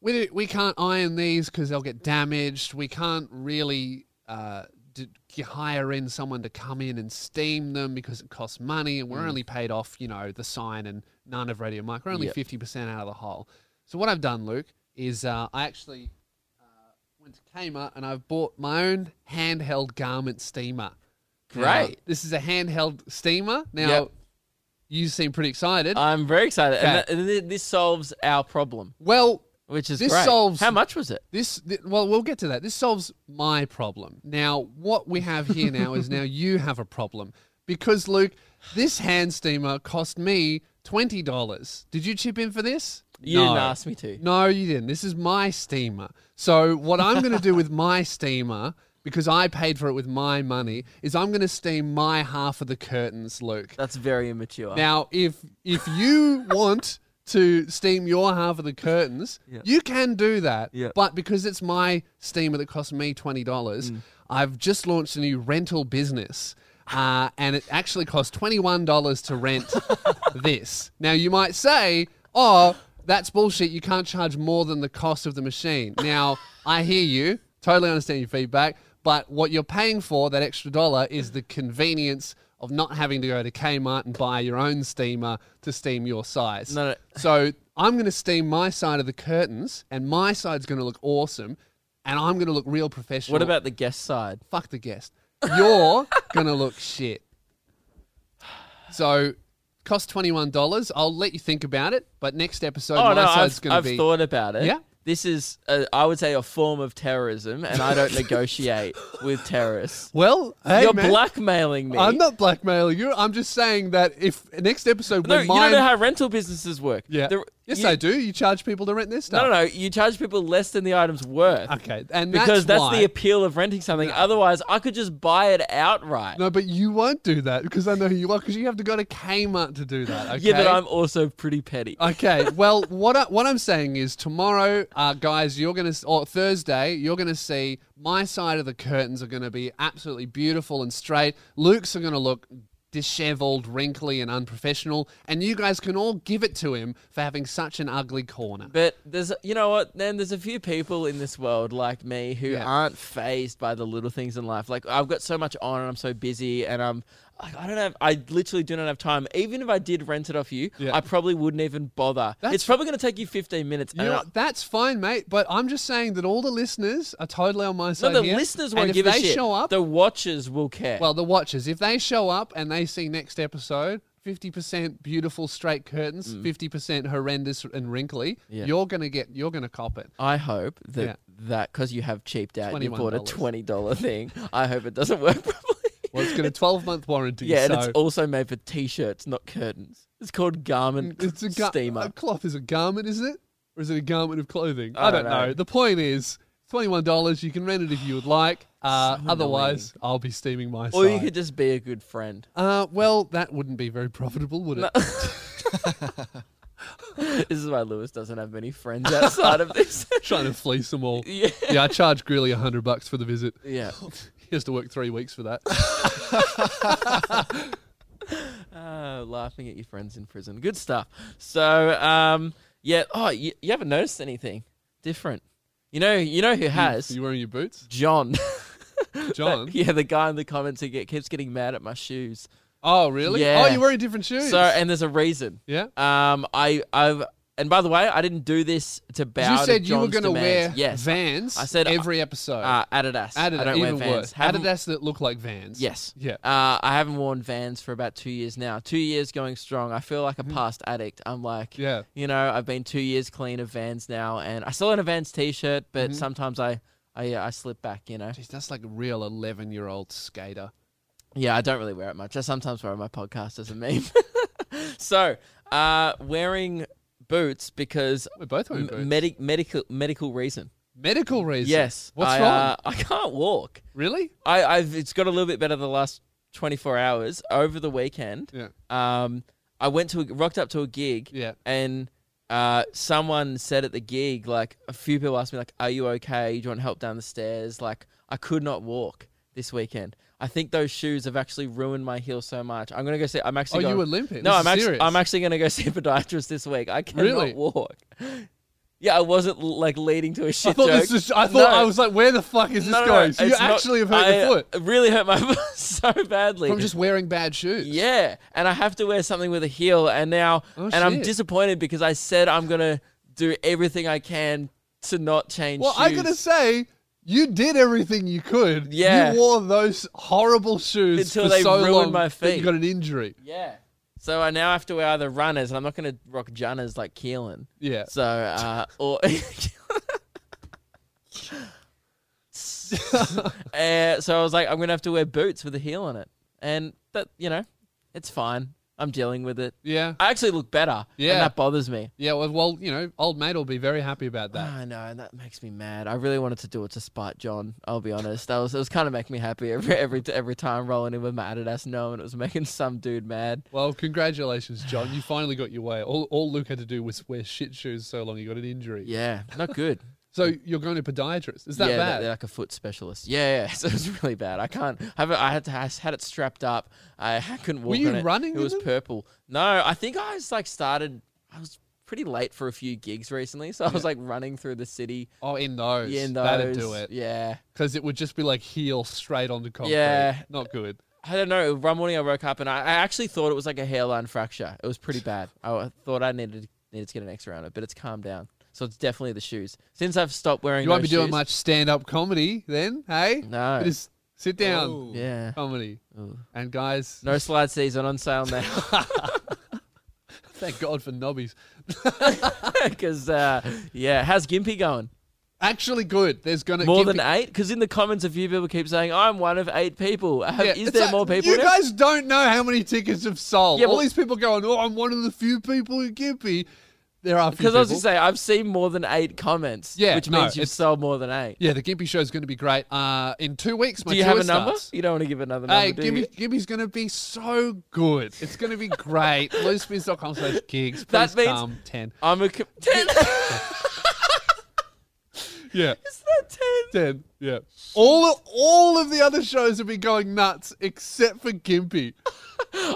Speaker 1: we we can't iron these because they'll get damaged. We can't really uh, d- g- hire in someone to come in and steam them because it costs money, and we're
Speaker 2: Mm.
Speaker 1: only paid off, you know, the sign and none of Radio Mike. We're only
Speaker 2: Yep.
Speaker 1: fifty percent out of the whole. So what I've done, Luke, is uh, I actually uh, went to Kmart and I've bought my own handheld garment steamer. Now,
Speaker 2: Great.
Speaker 1: this is a handheld steamer. Now,
Speaker 2: Yep. Uh,
Speaker 1: you seem pretty excited.
Speaker 2: I'm very excited. And,
Speaker 1: Okay.
Speaker 2: that, and th- this solves our problem,
Speaker 1: well,
Speaker 2: which is
Speaker 1: This
Speaker 2: great.
Speaker 1: solves-
Speaker 2: How much was it?
Speaker 1: This, th- well, we'll get to that. This solves my problem. Now, what we have here now is now you have a problem because Luke, this hand steamer cost me twenty dollars. Did you chip in for this?
Speaker 2: You
Speaker 1: no.
Speaker 2: didn't ask me to.
Speaker 1: No, you didn't. This is my steamer. So what I'm going to do with my steamer, because I paid for it with my money, is I'm going to steam my half of the curtains, Luke.
Speaker 2: That's very immature.
Speaker 1: Now, if if you want to steam your half of the curtains, you can do that.
Speaker 2: Yeah.
Speaker 1: But because it's my steamer that cost me twenty dollars, I've just launched a new rental business. Uh, and it actually costs $21 to rent this. Now, you might say, oh, that's bullshit. You can't charge more than the cost of the machine. Now, I hear you. Totally understand your feedback. But what you're paying for, that extra dollar, is the convenience of not having to go to Kmart and buy your own steamer to steam your size.
Speaker 2: No, no.
Speaker 1: So I'm going to steam my side of the curtains, and my side's going to look awesome, and I'm going to look real professional.
Speaker 2: What about the guest side?
Speaker 1: fuck the guest? You're going to look shit. So, cost twenty one dollars. I'll let you think about it, but next episode
Speaker 2: Oh
Speaker 1: my
Speaker 2: no,
Speaker 1: side's
Speaker 2: I've,
Speaker 1: going
Speaker 2: I've
Speaker 1: to be.
Speaker 2: thought about it.
Speaker 1: Yeah?
Speaker 2: This is, a, I would say, a form of terrorism, and I don't negotiate with terrorists.
Speaker 1: well, hey,
Speaker 2: You're
Speaker 1: man,
Speaker 2: blackmailing me.
Speaker 1: I'm not blackmailing you. I'm just saying that if next episode
Speaker 2: No,
Speaker 1: when
Speaker 2: you don't
Speaker 1: mine
Speaker 2: know how rental businesses work.
Speaker 1: Yeah.
Speaker 2: The-
Speaker 1: Yeah, Yes,
Speaker 2: You-
Speaker 1: I do. You charge people to rent their stuff.
Speaker 2: No, no, no. You charge people less than the item's worth.
Speaker 1: Okay, and
Speaker 2: Because that's,
Speaker 1: that's why-
Speaker 2: the appeal of renting something. Otherwise, I could just buy it outright.
Speaker 1: No, but you won't do that because I know who you are. Because you have to go to Kmart to do that. Okay?
Speaker 2: Yeah, but I'm also pretty petty.
Speaker 1: Okay. Well, what I, what I'm saying is tomorrow, uh, guys, you're gonna s- or Thursday, you're gonna see my side of the curtains are gonna be absolutely beautiful and straight. Luke's are gonna look disheveled, wrinkly, and unprofessional, and you guys can all give it to him for having such an ugly corner.
Speaker 2: But there's, you know what? Then there's a few people in this world like me who
Speaker 1: Yeah.
Speaker 2: aren't phased by the little things in life. Like I've got so much on, and I'm so busy, and I'm like, I don't have, I literally do not have time. Even if I did rent it off you,
Speaker 1: Yeah.
Speaker 2: I probably wouldn't even bother.
Speaker 1: That's-
Speaker 2: it's probably going to take you 15 minutes.
Speaker 1: You
Speaker 2: and
Speaker 1: know,
Speaker 2: I-
Speaker 1: what? that's fine, mate. But I'm just saying that all the listeners are totally on my
Speaker 2: no,
Speaker 1: side
Speaker 2: the
Speaker 1: here,
Speaker 2: listeners
Speaker 1: and
Speaker 2: won't
Speaker 1: if
Speaker 2: give a
Speaker 1: they
Speaker 2: shit.
Speaker 1: show up,
Speaker 2: The watchers will care.
Speaker 1: Well, the watchers, if they show up and they see next episode, 50% beautiful straight curtains, 50% horrendous and wrinkly,
Speaker 2: Mm. Yeah.
Speaker 1: you're going to get you're going to cop it.
Speaker 2: I hope that
Speaker 1: Yeah.
Speaker 2: that because you have cheaped out, and you bought a
Speaker 1: $21.
Speaker 2: twenty dollar thing. I hope it doesn't work properly.
Speaker 1: Well, it's got a 12 month warranty.
Speaker 2: yeah,
Speaker 1: so
Speaker 2: and it's also made for t-shirts, not curtains. It's called Garmin
Speaker 1: it's a gar-
Speaker 2: Steamer.
Speaker 1: A cloth is a garment, is it? Or is it a garment of clothing?
Speaker 2: I don't know.
Speaker 1: The point is, $21, you can rent it if you would like. Uh, otherwise, I'll be steaming my
Speaker 2: Or you
Speaker 1: side.
Speaker 2: could just be a good friend.
Speaker 1: uh, well, that wouldn't be very profitable, would it?
Speaker 2: This is why Lewis doesn't have many friends outside of this.
Speaker 1: Trying to fleece them all.
Speaker 2: yeah.
Speaker 1: yeah, I charge Greeley 100 bucks for the visit.
Speaker 2: Yeah.
Speaker 1: He has to work three weeks for that.
Speaker 2: Uh, laughing at your friends in prison. Good stuff. So, um, yeah. Oh, you, you haven't noticed anything different. You know, you know who has?
Speaker 1: You wearing your boots,
Speaker 2: John.
Speaker 1: John?
Speaker 2: yeah, the guy in the comments who get, keeps getting mad at my shoes.
Speaker 1: Oh, really?
Speaker 2: Yeah.
Speaker 1: Oh, you're wearing different shoes.
Speaker 2: So, eh, and there's a reason.
Speaker 1: yeah.
Speaker 2: Um, I, I've, and by the way, I didn't do this to bow.
Speaker 1: You
Speaker 2: to
Speaker 1: said you were
Speaker 2: John's
Speaker 1: going to wear
Speaker 2: demands. yes,
Speaker 1: Vans.
Speaker 2: I said,
Speaker 1: every episode.
Speaker 2: uh, Adidas.
Speaker 1: Adidas,
Speaker 2: I don't
Speaker 1: even
Speaker 2: wear Vans.
Speaker 1: worse.
Speaker 2: Haven't-
Speaker 1: Adidas that look like Vans.
Speaker 2: Yes.
Speaker 1: Yeah.
Speaker 2: Uh, I haven't worn Vans for about two years now. Two years going strong. I feel like a past addict. I'm like,
Speaker 1: Mm-hmm. Yeah.
Speaker 2: you know, I've been two years clean of Vans now, and I still own a Vans T-shirt, but
Speaker 1: Mm-hmm.
Speaker 2: sometimes I, I, I slip back. You know,
Speaker 1: Jeez, that's like a real 11 year old skater.
Speaker 2: yeah, I don't really wear it much. I sometimes wear it on my podcast as a meme. so, uh, wearing boots because
Speaker 1: We're both wearing boots.
Speaker 2: m- medic medical medical reason.
Speaker 1: Medical reasons.
Speaker 2: Yes.
Speaker 1: What's
Speaker 2: I,
Speaker 1: wrong?
Speaker 2: Uh, I can't walk.
Speaker 1: really?
Speaker 2: I, I've it's got a little bit better the last 24 hours over the weekend.
Speaker 1: Yeah.
Speaker 2: Um, I went to a, rocked up to a gig.
Speaker 1: Yeah.
Speaker 2: And uh, someone said at the gig, like a few people asked me, like, "Are you okay? Do you want help down the stairs?" Like, I could not walk this weekend. I think those shoes have actually ruined my heel so much. I'm gonna go see. I'm actually.
Speaker 1: Oh, you
Speaker 2: going,
Speaker 1: Olympian?
Speaker 2: No,
Speaker 1: This
Speaker 2: I'm
Speaker 1: is
Speaker 2: actually.
Speaker 1: serious.
Speaker 2: I'm actually gonna go see a podiatrist this week. I cannot
Speaker 1: Really?
Speaker 2: walk. Yeah, I wasn't like leading to a shit
Speaker 1: I thought
Speaker 2: joke.
Speaker 1: this was. I thought
Speaker 2: No.
Speaker 1: I was like, where the fuck is this
Speaker 2: No, no, no,
Speaker 1: going? so you
Speaker 2: it's not-
Speaker 1: actually have hurt your
Speaker 2: I
Speaker 1: foot
Speaker 2: uh, really hurt my foot so badly.
Speaker 1: from just wearing bad shoes.
Speaker 2: yeah, and I have to wear something with a heel, and now
Speaker 1: Oh,
Speaker 2: and I'm
Speaker 1: shit.
Speaker 2: disappointed because I said I'm gonna do everything I can to not change.
Speaker 1: Well, I gotta
Speaker 2: shoes
Speaker 1: say, you did everything you could.
Speaker 2: Yeah.
Speaker 1: You wore those horrible shoes
Speaker 2: Until
Speaker 1: for
Speaker 2: they
Speaker 1: so
Speaker 2: ruined
Speaker 1: long
Speaker 2: my
Speaker 1: that
Speaker 2: feet.
Speaker 1: you got an injury.
Speaker 2: yeah. So I now have to wear either runners, and I'm not gonna rock Junners like Keelan.
Speaker 1: Yeah.
Speaker 2: So uh, or. Uh, so I was like, I'm gonna have to wear boots with a heel on it, and that you know, it's fine. I'm dealing with it.
Speaker 1: Yeah.
Speaker 2: I actually look better.
Speaker 1: Yeah.
Speaker 2: And that bothers me.
Speaker 1: Yeah. Well, well, you know, old mate will be very happy about that.
Speaker 2: I know, and Ah, that makes me mad. I really wanted to do it to spite John. I'll be honest. That was it was kind of making me happy every every every time rolling in with my Adidas no, and it was making some dude mad.
Speaker 1: Well, congratulations, John. You finally got your way. All, all Luke had to do was wear shit shoes so long he got an injury.
Speaker 2: Yeah, not good.
Speaker 1: So you're going to podiatrist. Is that
Speaker 2: yeah,
Speaker 1: bad?
Speaker 2: They're like a foot specialist. Yeah, yeah. So it was really bad. I can't. I, have, I had to. I had it strapped up. I couldn't walk.
Speaker 1: you
Speaker 2: on it.
Speaker 1: running
Speaker 2: It
Speaker 1: in
Speaker 2: was
Speaker 1: them?
Speaker 2: purple. No, I think I was like started. I was pretty late for a few gigs recently, so I was like running through the city.
Speaker 1: Oh, in those.
Speaker 2: Yeah, in
Speaker 1: That'd
Speaker 2: those.
Speaker 1: do it.
Speaker 2: Yeah.
Speaker 1: Because it would just be like heel straight onto concrete.
Speaker 2: Yeah.
Speaker 1: Not good.
Speaker 2: I don't know. One morning I woke up and I, I actually thought it was like a hairline fracture. It was pretty bad. I I thought I needed needed to get an X-ray on it, but it's calmed down. So it's definitely the shoes. Since I've stopped wearing,
Speaker 1: You won't be
Speaker 2: those
Speaker 1: doing
Speaker 2: shoes-
Speaker 1: much stand up comedy then, hey?
Speaker 2: No.
Speaker 1: It is sit down
Speaker 3: Ooh.
Speaker 2: Yeah.
Speaker 1: comedy.
Speaker 2: Ooh.
Speaker 1: And guys,
Speaker 2: No slide season on sale now
Speaker 1: Thank God for nobbies.
Speaker 2: because uh, yeah, how's Gimpy going?
Speaker 1: Actually, good. There's gonna
Speaker 2: More
Speaker 1: give
Speaker 2: than
Speaker 1: me-
Speaker 2: eight? Because in the comments, a few people keep saying I'm one of eight people. Have-
Speaker 1: Yeah,
Speaker 2: Is
Speaker 1: it's
Speaker 2: there
Speaker 1: like-
Speaker 2: more people?
Speaker 1: You
Speaker 2: now?
Speaker 1: guys don't know how many tickets have sold.
Speaker 2: Yeah,
Speaker 1: All
Speaker 2: but-
Speaker 1: these people going, oh, I'm one of the few people who give me. There are a few
Speaker 2: Because I was
Speaker 1: people.
Speaker 2: going to say, I've seen more than eight comments.
Speaker 1: Yeah,
Speaker 2: Which
Speaker 1: no,
Speaker 2: means you've
Speaker 1: it's-
Speaker 2: sold more than eight.
Speaker 1: yeah, the Gimpy show is going to be great. Uh, in two weeks, my
Speaker 2: do you have
Speaker 1: tour
Speaker 2: a number?
Speaker 1: starts.
Speaker 2: You don't want to give another number.
Speaker 1: Hey,
Speaker 2: do
Speaker 1: Gibby,
Speaker 2: you?
Speaker 1: Gibby's going to be so good. It's going to be great. Loosebeers.com slash gigs.
Speaker 2: That
Speaker 1: Please
Speaker 2: means-
Speaker 1: come 10.
Speaker 2: I'm a. Com- 10!
Speaker 1: Yeah.
Speaker 2: Is that 10?
Speaker 1: 10. Yeah. All of, all of the other shows will be going nuts except for Gimpy.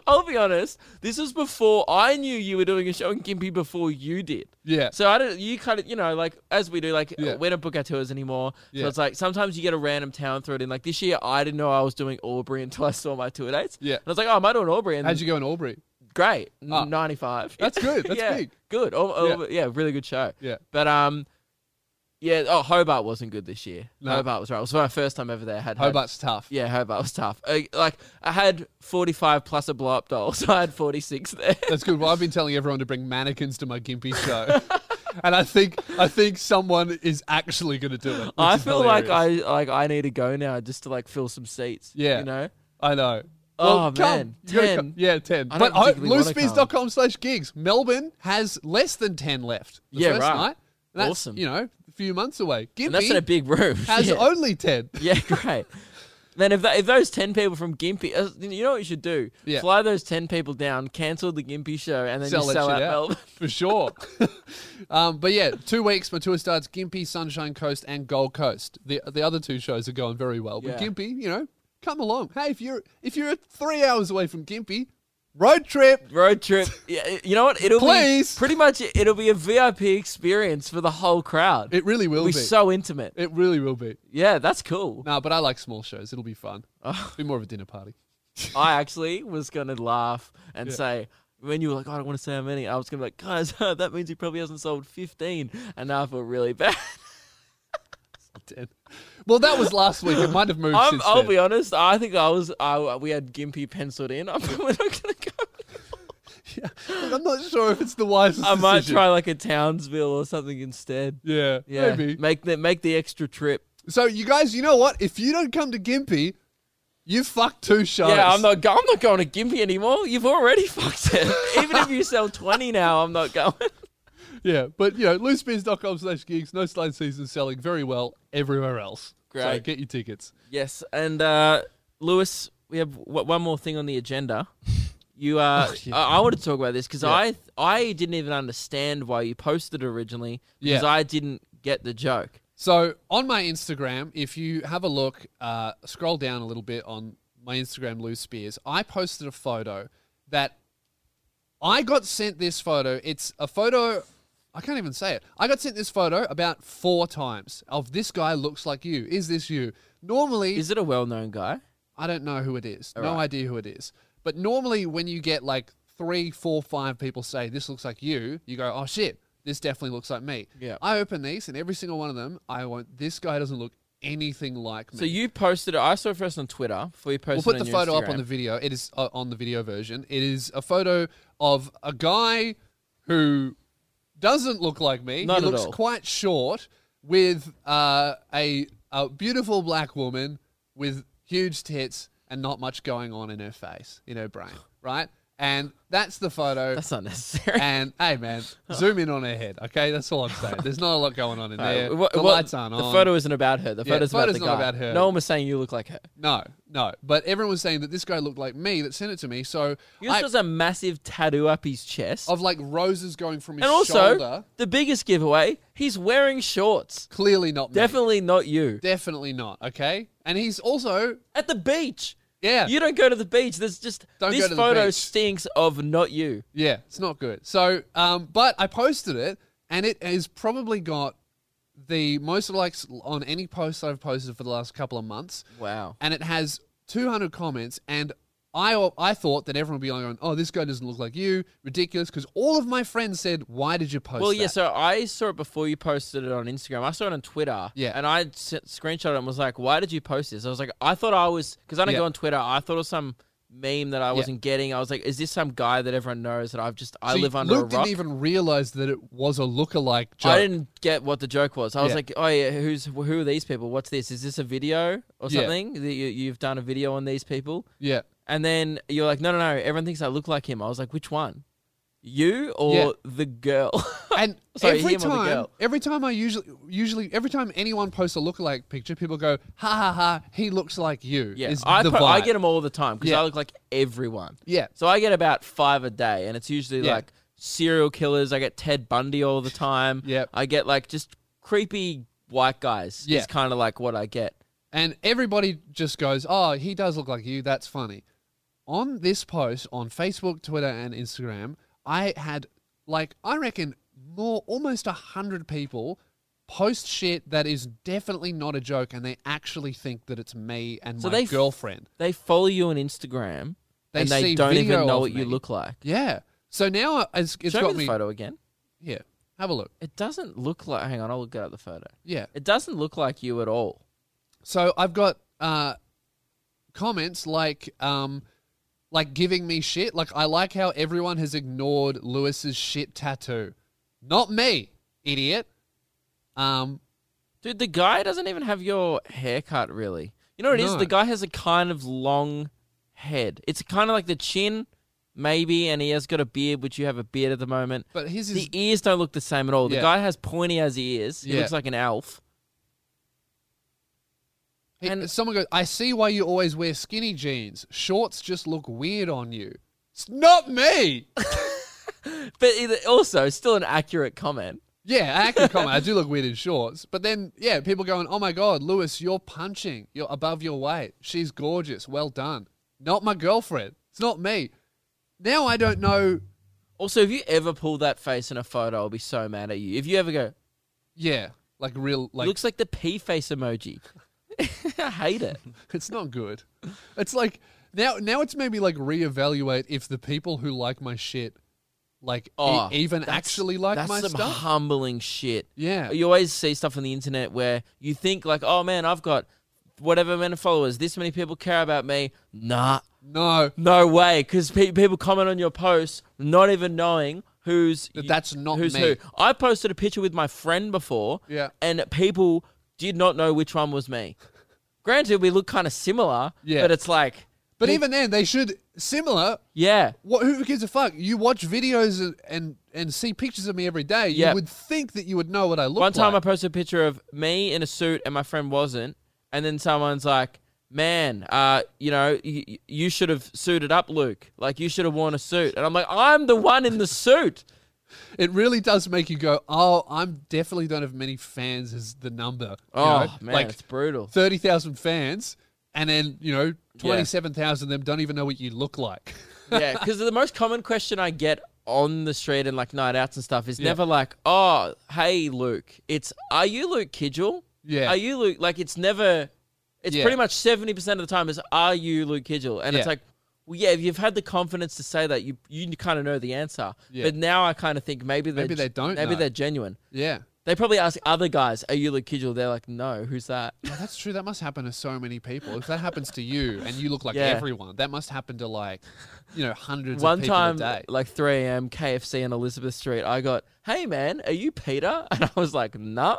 Speaker 2: I'll be honest. This was before I knew you were doing a show in Gimpy before you did.
Speaker 1: Yeah.
Speaker 2: So I don't. You kind of, you know, like as we do, like
Speaker 1: Yeah.
Speaker 2: we don't book our tours anymore.
Speaker 1: Yeah.
Speaker 2: So it's like sometimes you get a random town thrown in. Like this year, I didn't know I was doing Aubrey until I saw my tour dates.
Speaker 1: Yeah.
Speaker 2: And I was like, oh, am I doing Aubrey? And
Speaker 1: How'd you go in Albury?
Speaker 2: great,
Speaker 1: Ah.
Speaker 2: ninety-five.
Speaker 1: That's good. That's
Speaker 2: yeah.
Speaker 1: big.
Speaker 2: Good. Oh, oh, yeah. Really good show.
Speaker 1: Yeah.
Speaker 2: But um, yeah. Oh, Hobart wasn't good this year.
Speaker 1: No.
Speaker 2: Hobart was right. It was my first time ever there. I Had had-
Speaker 1: Hobart's tough.
Speaker 2: yeah, Hobart was tough. I, like I had 45 plus a blow up doll, so I had 46 there.
Speaker 1: That's good. Well, I've been telling everyone to bring mannequins to my Gimpy show. and I think I think someone is actually going to do it.
Speaker 2: I feel like I like I need to go now just to like fill some seats.
Speaker 1: Yeah.
Speaker 2: you know.
Speaker 1: I. I know.
Speaker 2: Oh,
Speaker 1: Well, come.
Speaker 2: man.
Speaker 1: You gotta
Speaker 2: 10.
Speaker 1: come. Yeah, 10.
Speaker 2: I
Speaker 1: But
Speaker 2: don't
Speaker 1: ho-
Speaker 2: particularly wanna
Speaker 1: loosebeers.com slash gigs. Melbourne has less than 10 left. The
Speaker 2: Yeah,
Speaker 1: first
Speaker 2: right.
Speaker 1: Night. And That's,
Speaker 2: Awesome.
Speaker 1: You know, a few months away. Gimpy
Speaker 2: And that's in a big room.
Speaker 1: has
Speaker 2: yeah.
Speaker 1: only 10.
Speaker 2: Yeah, great. Man, if, that, if those 10 people from Gimpy, uh, you know what you should do?
Speaker 1: Yeah.
Speaker 2: Fly those 10 people down, cancel the Gimpy show, and then
Speaker 1: sell
Speaker 2: you
Speaker 1: that
Speaker 2: sell
Speaker 1: shit
Speaker 2: out
Speaker 1: out
Speaker 2: Melbourne.
Speaker 1: for sure. um, but yeah, two weeks. My tour starts: Gimpy, Sunshine Coast, and Gold Coast. The the other two shows are going very well. But
Speaker 2: Yeah.
Speaker 1: Gimpy, you know, come along. Hey, if you're if you're three hours away from Gimpy, road trip.
Speaker 2: Road trip. Yeah, you know what? It'll
Speaker 1: Please.
Speaker 2: be pretty much it'll be a VIP experience for the whole crowd.
Speaker 1: It really will
Speaker 2: it'll
Speaker 1: be.
Speaker 2: be so intimate.
Speaker 1: it really will be.
Speaker 2: yeah, that's cool.
Speaker 1: No, but I like small shows. It'll be fun.
Speaker 2: Oh.
Speaker 1: It'll be more of a dinner party.
Speaker 2: I actually was gonna laugh and
Speaker 1: Yeah.
Speaker 2: say when you were like, "Oh, I don't want to say how many, I was gonna be like, guys, that means he probably hasn't sold 15. And now I feel really bad.
Speaker 1: Ten. Well, that was last week. It might have moved
Speaker 2: I'm,
Speaker 1: since
Speaker 2: I'll
Speaker 1: then.
Speaker 2: be honest. I think I was. I, we had Gimpy penciled in. I'm, we're not gonna go.
Speaker 1: I'm not sure if it's the wisest
Speaker 2: I might
Speaker 1: decision.
Speaker 2: try like a Townsville or something instead.
Speaker 1: Yeah,
Speaker 2: Yeah,
Speaker 1: maybe.
Speaker 2: make the make the extra trip.
Speaker 1: So, you guys, you know what? If you don't come to Gimpy, you fucked two shows.
Speaker 2: Yeah, I'm not. Go- I'm not going to Gimpy anymore. You've already fucked it. Even if you sell 20 now, I'm not going.
Speaker 1: Yeah, but you know, loosebeers.com slash gigs, no slide season selling very well everywhere else. So
Speaker 2: Great.
Speaker 1: get your tickets.
Speaker 2: Yes, and uh, Lewis, we have w- one more thing on the agenda. You, uh, I-, I want to talk about this because
Speaker 1: Yeah.
Speaker 2: I, th- I didn't even understand why you posted it originally because
Speaker 1: Yeah.
Speaker 2: I didn't get the joke.
Speaker 1: So on my Instagram, if you have a look, uh, scroll down a little bit on my Instagram, Lou Spears, I posted a photo that I got sent this photo. It's a photo, I can't even say it. I got sent this photo about four times of this guy looks like you. Is this you? Normally,
Speaker 2: Is it a well-known guy?
Speaker 1: I don't know who it is. no
Speaker 2: right.
Speaker 1: idea who it is. But normally, when you get like three, four, five people say, This looks like you, you go, Oh shit, this definitely looks like me.
Speaker 2: Yeah.
Speaker 1: I open these, and every single one of them, I want, This guy doesn't look anything like me.
Speaker 2: So you posted it. I saw it first on Twitter before you posted.
Speaker 1: We'll put
Speaker 2: it
Speaker 1: the
Speaker 2: on your
Speaker 1: photo up on
Speaker 2: Instagram.
Speaker 1: the video. It is uh, on the video version. It is a photo of a guy who doesn't look like me.
Speaker 2: Not at
Speaker 1: he looks
Speaker 2: all.
Speaker 1: quite short with uh, a, a beautiful black woman with huge tits and not much going on in her face, in her brain, right? And that's the photo.
Speaker 2: That's not necessary.
Speaker 1: and hey, man, zoom in on her head, okay? That's all I'm saying. There's not a lot going on in there.
Speaker 2: Uh, What-
Speaker 1: the
Speaker 2: what-
Speaker 1: lights aren't
Speaker 2: the
Speaker 1: on.
Speaker 2: photo isn't about her. The
Speaker 1: Yeah,
Speaker 2: photo's,
Speaker 1: the
Speaker 2: about
Speaker 1: photo's
Speaker 2: the
Speaker 1: not
Speaker 2: guy.
Speaker 1: about her.
Speaker 2: No one was saying you look like her.
Speaker 1: No, no. But everyone was saying that this guy looked like me that sent it to me. So
Speaker 2: He
Speaker 1: I,
Speaker 2: just has a massive tattoo up his chest.
Speaker 1: of like roses going from his
Speaker 2: and also,
Speaker 1: shoulder.
Speaker 2: the biggest giveaway, he's wearing shorts.
Speaker 1: Clearly not me.
Speaker 2: Definitely not you.
Speaker 1: Definitely not. Okay. And he's also
Speaker 2: At the beach.
Speaker 1: yeah
Speaker 2: You don't go to the beach. There's just
Speaker 1: Don't
Speaker 2: this
Speaker 1: go to the
Speaker 2: photo
Speaker 1: beach.
Speaker 2: stinks of not you.
Speaker 1: yeah it's not good. So um, but I posted it and it has probably got the most likes on any post I've posted for the last couple of months.
Speaker 2: Wow.
Speaker 1: and it has 200 comments and I, I thought that everyone would be like, going, oh, this guy doesn't look like you. Ridiculous. Because all of my friends said, why did you post
Speaker 2: Well,
Speaker 1: that?
Speaker 2: yeah. So I saw it before you posted it on Instagram. I saw it on Twitter.
Speaker 1: Yeah.
Speaker 2: And I s- screenshot it and was like, "Why did you post this?" I was like, "I thought I was because I don't
Speaker 1: Yeah.
Speaker 2: go on Twitter. I thought it was some meme that I wasn't getting. I was like, "Is this some guy that everyone knows that I've just I
Speaker 1: So
Speaker 2: live under
Speaker 1: Luke
Speaker 2: a rock?"
Speaker 1: didn't even realize that it was a lookalike joke.
Speaker 2: I didn't get what the joke was. I was
Speaker 1: Yeah.
Speaker 2: like, "Oh yeah, who's who are these people? What's this? Is this a video or
Speaker 1: Yeah.
Speaker 2: something that you, you've done a video on these people?"
Speaker 1: Yeah.
Speaker 2: And then you're like, no, no, no, everyone thinks I look like him. I was like, which one? You or
Speaker 1: Yeah.
Speaker 2: the girl?
Speaker 1: And
Speaker 2: Sorry,
Speaker 1: every
Speaker 2: him or the
Speaker 1: time,
Speaker 2: girl?
Speaker 1: every time I usually, usually, every time anyone posts a lookalike picture, people go, "Ha ha ha! He looks like you."
Speaker 2: yeah,
Speaker 1: is
Speaker 2: I,
Speaker 1: the
Speaker 2: pro- I
Speaker 1: vibe.
Speaker 2: get them all the time because
Speaker 1: Yeah.
Speaker 2: I look like everyone.
Speaker 1: Yeah,
Speaker 2: So I get about five a day, and it's usually
Speaker 1: Yeah.
Speaker 2: like serial killers. I get Ted Bundy all the time.
Speaker 1: Yep.
Speaker 2: I get like just creepy white guys.
Speaker 1: Yeah.
Speaker 2: It's kind of like what I get.
Speaker 1: and everybody just goes, "Oh, he does look like you. That's funny." On this post on Facebook, Twitter, and Instagram, I had like I reckon more almost a hundred people post shit that is definitely not a joke, and they actually think that it's me and
Speaker 2: So
Speaker 1: my
Speaker 2: they f-
Speaker 1: girlfriend.
Speaker 2: They follow you on Instagram,
Speaker 1: They
Speaker 2: and
Speaker 1: see
Speaker 2: they don't
Speaker 1: video
Speaker 2: even know
Speaker 1: of
Speaker 2: what you
Speaker 1: me.
Speaker 2: look like.
Speaker 1: Yeah. So now it's, it's
Speaker 2: Show
Speaker 1: got
Speaker 2: me the photo again.
Speaker 1: Yeah. Have a look.
Speaker 2: It doesn't look like. Hang on, I'll get out the photo.
Speaker 1: Yeah.
Speaker 2: It doesn't look like you at all.
Speaker 1: So I've got uh, comments like um, like giving me shit. Like I like how everyone has ignored Lewis's shit tattoo. Not me, idiot. Um,
Speaker 2: Dude, the guy doesn't even have your haircut really. You know what it is?
Speaker 1: No.
Speaker 2: The guy has a kind of long head. It's kind of like the chin, maybe, and he has got a beard, which you have a beard at the moment.
Speaker 1: but his is
Speaker 2: the ears don't look the same at all. The
Speaker 1: Yeah.
Speaker 2: guy has pointy as ears. He
Speaker 1: Yeah.
Speaker 2: looks like an elf.
Speaker 1: he-
Speaker 2: and-
Speaker 1: someone goes. I see why you always wear skinny jeans. Shorts just look weird on you. It's not me.
Speaker 2: But either, also, still an accurate comment.
Speaker 1: Yeah, I can comment. I do look weird in shorts, but then yeah, people going, "Oh my god, Lewis, you're punching. You're above your weight. She's gorgeous. Well done." Not my girlfriend. It's not me. Now I don't know.
Speaker 2: Also, if you ever pull that face in a photo, I'll be so mad at you. If you ever go,
Speaker 1: Yeah, like real, like
Speaker 2: looks like the pea face emoji. I hate it.
Speaker 1: it's not good. It's like now, now it's maybe like reevaluate if the people who like my shit, like e-
Speaker 2: Oh,
Speaker 1: even
Speaker 2: that's-
Speaker 1: actually like
Speaker 2: that's
Speaker 1: my
Speaker 2: some
Speaker 1: stuff.
Speaker 2: humbling shit.
Speaker 1: Yeah.
Speaker 2: you always see stuff on the internet where you think like, oh man, I've got whatever amount of followers. This many people care about me. Nah,
Speaker 1: no,
Speaker 2: no way. Because pe- people comment on your posts not even knowing who's
Speaker 1: That that's not
Speaker 2: who's
Speaker 1: me.
Speaker 2: who. I posted a picture with my friend before.
Speaker 1: Yeah.
Speaker 2: and people did not know which one was me. Granted, we look kind of similar.
Speaker 1: Yeah.
Speaker 2: but it's like,
Speaker 1: but even then, they should similar.
Speaker 2: yeah.
Speaker 1: What, who gives a fuck? You watch videos and, and, and see pictures of me every day. You
Speaker 2: Yep.
Speaker 1: would think that you would know what I look
Speaker 2: One time
Speaker 1: like.
Speaker 2: I posted a picture of me in a suit and my friend wasn't, and then someone's like, "Man, uh, you know, you, you should have suited up, Luke. Like you should have worn a suit." And I'm like, "I'm the one in the suit."
Speaker 1: it really does make you go, oh, I'm definitely don't have many fans as the number. You
Speaker 2: oh
Speaker 1: know,
Speaker 2: man,
Speaker 1: like
Speaker 2: it's brutal.
Speaker 1: 30,000 fans, and then, you know,
Speaker 2: Yeah.
Speaker 1: 27,000 of them don't even know what you look like.
Speaker 2: yeah, because the most common question I get on the street and like night outs and stuff is
Speaker 1: Yeah.
Speaker 2: never like, "Oh, hey, Luke." It's, "Are you Luke Kidgel?"
Speaker 1: Yeah.
Speaker 2: Are you Luke? Like it's never. It's
Speaker 1: Yeah.
Speaker 2: pretty much seventy percent of the time is, "Are you Luke Kidgel?" And it's
Speaker 1: Yeah.
Speaker 2: like, well, yeah, if you've had the confidence to say that, you you kind of know the answer.
Speaker 1: Yeah.
Speaker 2: But now I kind of think maybe they're
Speaker 1: Maybe they
Speaker 2: ge-
Speaker 1: don't
Speaker 2: Maybe
Speaker 1: know.
Speaker 2: they're genuine.
Speaker 1: yeah.
Speaker 2: They probably ask other guys, "Are you Luke Kidgel?" They're like, "No, who's that?"
Speaker 1: Yeah, Oh, that's true. That must happen to so many people. If that happens to you and you look like
Speaker 2: Yeah.
Speaker 1: everyone, that must happen to like, you know, hundreds
Speaker 2: One
Speaker 1: of people
Speaker 2: time,
Speaker 1: a day.
Speaker 2: like 3 a.m., KFC on Elizabeth Street, I got, hey man, are you Peter? And I was like, nah.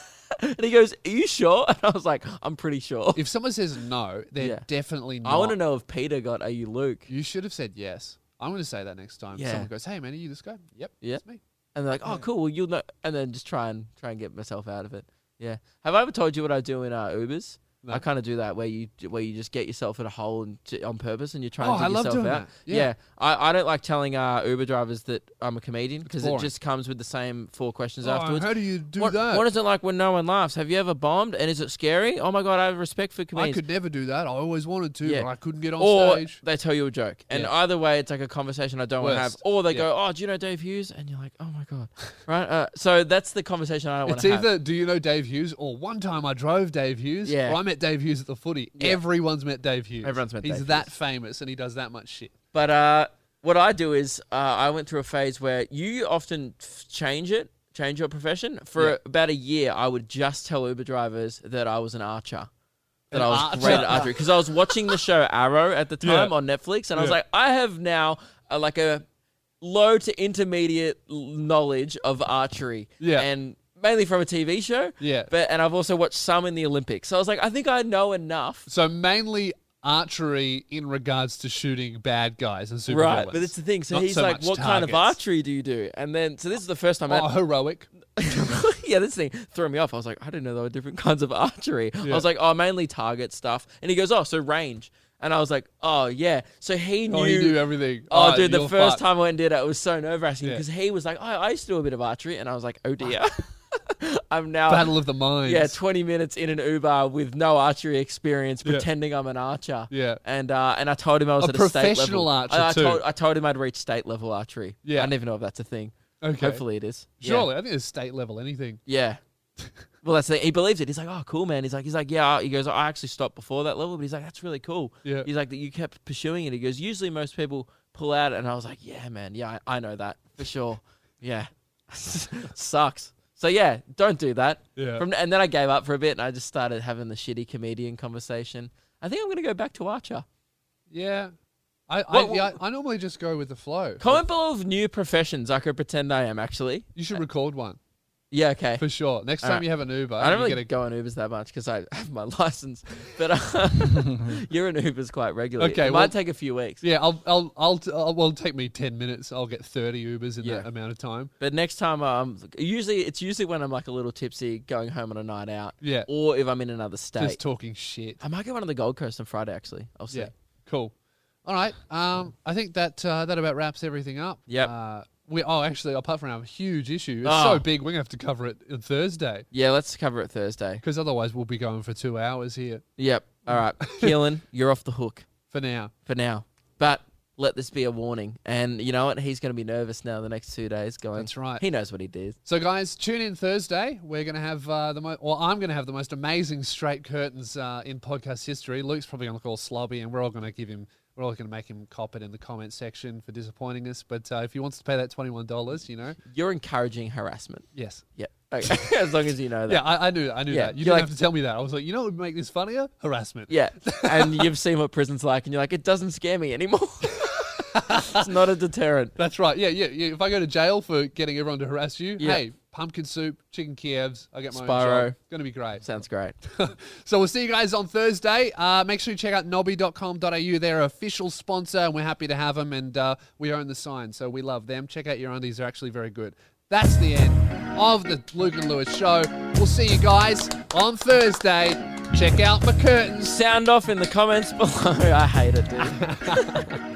Speaker 2: and he goes, are you sure? And I was like, I'm pretty sure.
Speaker 1: If someone says no, they're
Speaker 2: Yeah.
Speaker 1: definitely not.
Speaker 2: I want to know if Peter got, are you Luke?
Speaker 1: You should have said yes. I'm going to say that next time.
Speaker 2: Yeah.
Speaker 1: Someone goes, "Hey man, are you this guy?" Yep.
Speaker 2: Yeah.
Speaker 1: It's me.
Speaker 2: And they're like, oh, cool. Well, you'll know. And then just try and try and get myself out of it. Yeah. Have I ever told you what I do in uh, Ubers?
Speaker 1: No.
Speaker 2: I kind of do that where you where you just get yourself in a hole and t- on purpose, and you're trying
Speaker 1: Oh,
Speaker 2: to dig
Speaker 1: I love
Speaker 2: yourself
Speaker 1: doing
Speaker 2: out.
Speaker 1: that. Yeah.
Speaker 2: I, I don't like telling uh, Uber drivers that I'm a comedian because it
Speaker 1: boring.
Speaker 2: just comes with the same four questions
Speaker 1: Oh,
Speaker 2: afterwards.
Speaker 1: how do you do
Speaker 2: what,
Speaker 1: that?
Speaker 2: What is it like when no one laughs? Have you ever bombed? And is it scary? Oh my god, I have respect for
Speaker 1: I
Speaker 2: comedians.
Speaker 1: could never do that. I always wanted to, but I couldn't get on
Speaker 2: or
Speaker 1: stage.
Speaker 2: they tell you a joke, and
Speaker 1: Yeah.
Speaker 2: either way, it's like a conversation I don't want to have.
Speaker 1: Worst.
Speaker 2: Or they
Speaker 1: Yeah.
Speaker 2: go, "Oh, do you know Dave Hughes?" And you're like, "Oh my god!" right? Uh, so that's the conversation I don't want
Speaker 1: It's
Speaker 2: to have.
Speaker 1: either do you know Dave Hughes or one time I drove Dave Hughes
Speaker 2: Yeah.
Speaker 1: or I met Dave Hughes at the footy.
Speaker 2: Yeah.
Speaker 1: Everyone's met Dave Hughes.
Speaker 2: Everyone's met
Speaker 1: He's
Speaker 2: Dave
Speaker 1: that famous and he does that much shit.
Speaker 2: But uh, what I do is uh, I went through a phase where you often f- change it, change your profession. For
Speaker 1: Yeah.
Speaker 2: about a year, I would just tell Uber drivers that I was an archer. That
Speaker 1: An
Speaker 2: I was
Speaker 1: archer.
Speaker 2: great at archery because I was watching the show Arrow at the time
Speaker 1: Yeah.
Speaker 2: on Netflix, and I was
Speaker 1: Yeah.
Speaker 2: like, I have now uh, like a low to intermediate l- knowledge of archery,
Speaker 1: Yeah.
Speaker 2: and mainly from a TV show,
Speaker 1: Yeah.
Speaker 2: But and I've also watched some in the Olympics, so I was like, I think I know enough.
Speaker 1: So mainly archery in regards to shooting bad guys and supervillains.
Speaker 2: Right, but it's the thing. So
Speaker 1: Not
Speaker 2: he's
Speaker 1: so
Speaker 2: like,
Speaker 1: much
Speaker 2: "What kind of
Speaker 1: targets.
Speaker 2: archery do you do?" And then, so this is the first time.
Speaker 1: Oh,
Speaker 2: I,
Speaker 1: heroic.
Speaker 2: yeah, this thing threw me off. I was like, "I didn't know there were different kinds of archery." I
Speaker 1: Yeah.
Speaker 2: was like, "Oh, mainly target stuff." And he goes, "Oh, so range." And I was like, "Oh, yeah." So he knew.
Speaker 1: Oh, you do everything.
Speaker 2: Oh,
Speaker 1: Alright,
Speaker 2: dude, the
Speaker 1: you're
Speaker 2: first
Speaker 1: fucked.
Speaker 2: time I went and did it, it was so nerve wracking
Speaker 1: Yeah.
Speaker 2: because he was like, oh, I used to do a bit of archery. And I was like, oh, dear. I'm now,
Speaker 1: Battle of the Minds.
Speaker 2: yeah, 20 minutes in an Uber with no archery experience,
Speaker 1: Yeah.
Speaker 2: pretending I'm an archer.
Speaker 1: Yeah.
Speaker 2: And uh, and I told him I was
Speaker 1: A
Speaker 2: at a state level.
Speaker 1: professional archer,
Speaker 2: I, I
Speaker 1: too.
Speaker 2: Told, I told him I'd reached state level archery.
Speaker 1: Yeah.
Speaker 2: I never know if that's a thing.
Speaker 1: Okay.
Speaker 2: Hopefully it is. Yeah.
Speaker 1: Surely, I think it's state level. Anything.
Speaker 2: Yeah. Well, that's the, he believes it. He's like, oh, cool, man. He's like, he's like, yeah. He goes, I actually stopped before that level, but he's like, that's really cool.
Speaker 1: Yeah.
Speaker 2: He's like, that you kept pursuing it. He goes, usually most people pull out, and I was like, yeah, man, yeah, I, I know that for sure. Yeah, sucks. So yeah, don't do that.
Speaker 1: Yeah.
Speaker 2: From, and then I gave up for a bit, and I just started having the shitty comedian conversation. I think I'm gonna go back to Archer.
Speaker 1: Yeah. I I,
Speaker 2: What-
Speaker 1: yeah, I I normally just go with the flow.
Speaker 2: Comment below of new professions I could pretend I am actually.
Speaker 1: you should record one
Speaker 2: Yeah, okay.
Speaker 1: for sure. Next time
Speaker 2: Alright.
Speaker 1: you have an Uber,
Speaker 2: I
Speaker 1: you
Speaker 2: don't really
Speaker 1: get a,
Speaker 2: go on Ubers that much because I have my license, but uh, you're in Ubers quite regularly.
Speaker 1: Okay,
Speaker 2: it
Speaker 1: well-
Speaker 2: might take a few weeks,
Speaker 1: yeah. I'll I'll I'll, t- I'll well take me ten minutes. I'll get thirty Ubers in
Speaker 2: Yeah.
Speaker 1: that amount of time.
Speaker 2: but next time, um, usually it's usually when I'm like a little tipsy, going home on a night out,
Speaker 1: Yeah.
Speaker 2: or if I'm in another state.
Speaker 1: Just talking shit.
Speaker 2: I might go one on the Gold Coast on Friday. Actually, I'll see.
Speaker 1: Yeah. Cool. All right. Um, I think that uh, that about wraps everything up.
Speaker 2: Yep.
Speaker 1: Uh, we oh actually apart from our huge issue, it's
Speaker 2: Oh.
Speaker 1: so big we're gonna have to cover it on Thursday
Speaker 2: Yeah, let's cover it Thursday.
Speaker 1: because otherwise we'll be going for two hours here
Speaker 2: Yep. All right, Keelan, you're off the hook
Speaker 1: for now.
Speaker 2: for now, but. Let this be a warning, and you know what? He's going to be nervous now the next two days. Going,
Speaker 1: That's right.
Speaker 2: He knows what he did.
Speaker 1: So guys, tune in Thursday. We're gonna have uh, the mo- or I'm gonna have the most amazing straight curtains uh, in podcast history. Luke's probably gonna look all slobby, and we're all gonna give him. We're all gonna make him cop it in the comment section for disappointing us. But uh, if he wants to pay that twenty one dollars, you know,
Speaker 2: You're encouraging harassment.
Speaker 1: yes.
Speaker 2: Yep. Okay. as long as you know that.
Speaker 1: Yeah, I, I knew, I knew
Speaker 2: Yeah,
Speaker 1: that. You
Speaker 2: you're
Speaker 1: didn't
Speaker 2: like-
Speaker 1: have to tell me that. I was like, you know, what would make this funnier? Harassment.
Speaker 2: Yeah. And you've seen what prison's like, and you're like, it doesn't scare me anymore. it's not a deterrent.
Speaker 1: That's right. Yeah, yeah, yeah. If I go to jail for getting everyone to harass you,
Speaker 2: Yeah.
Speaker 1: hey, pumpkin soup, chicken Kievs, I get my
Speaker 2: Spyro.
Speaker 1: own job. Gonna be great.
Speaker 2: Sounds great.
Speaker 1: so we'll see you guys on Thursday. Uh, make sure you check out nobby.com.au. They're our official sponsor, and we're happy to have them. And uh, we own the sign, so we love them. Check out your undies; they're actually very good. That's the end of the Luke and Lewis show. We'll see you guys on Thursday. Check out my curtains.
Speaker 2: Sound off in the comments below. I hate it, dude.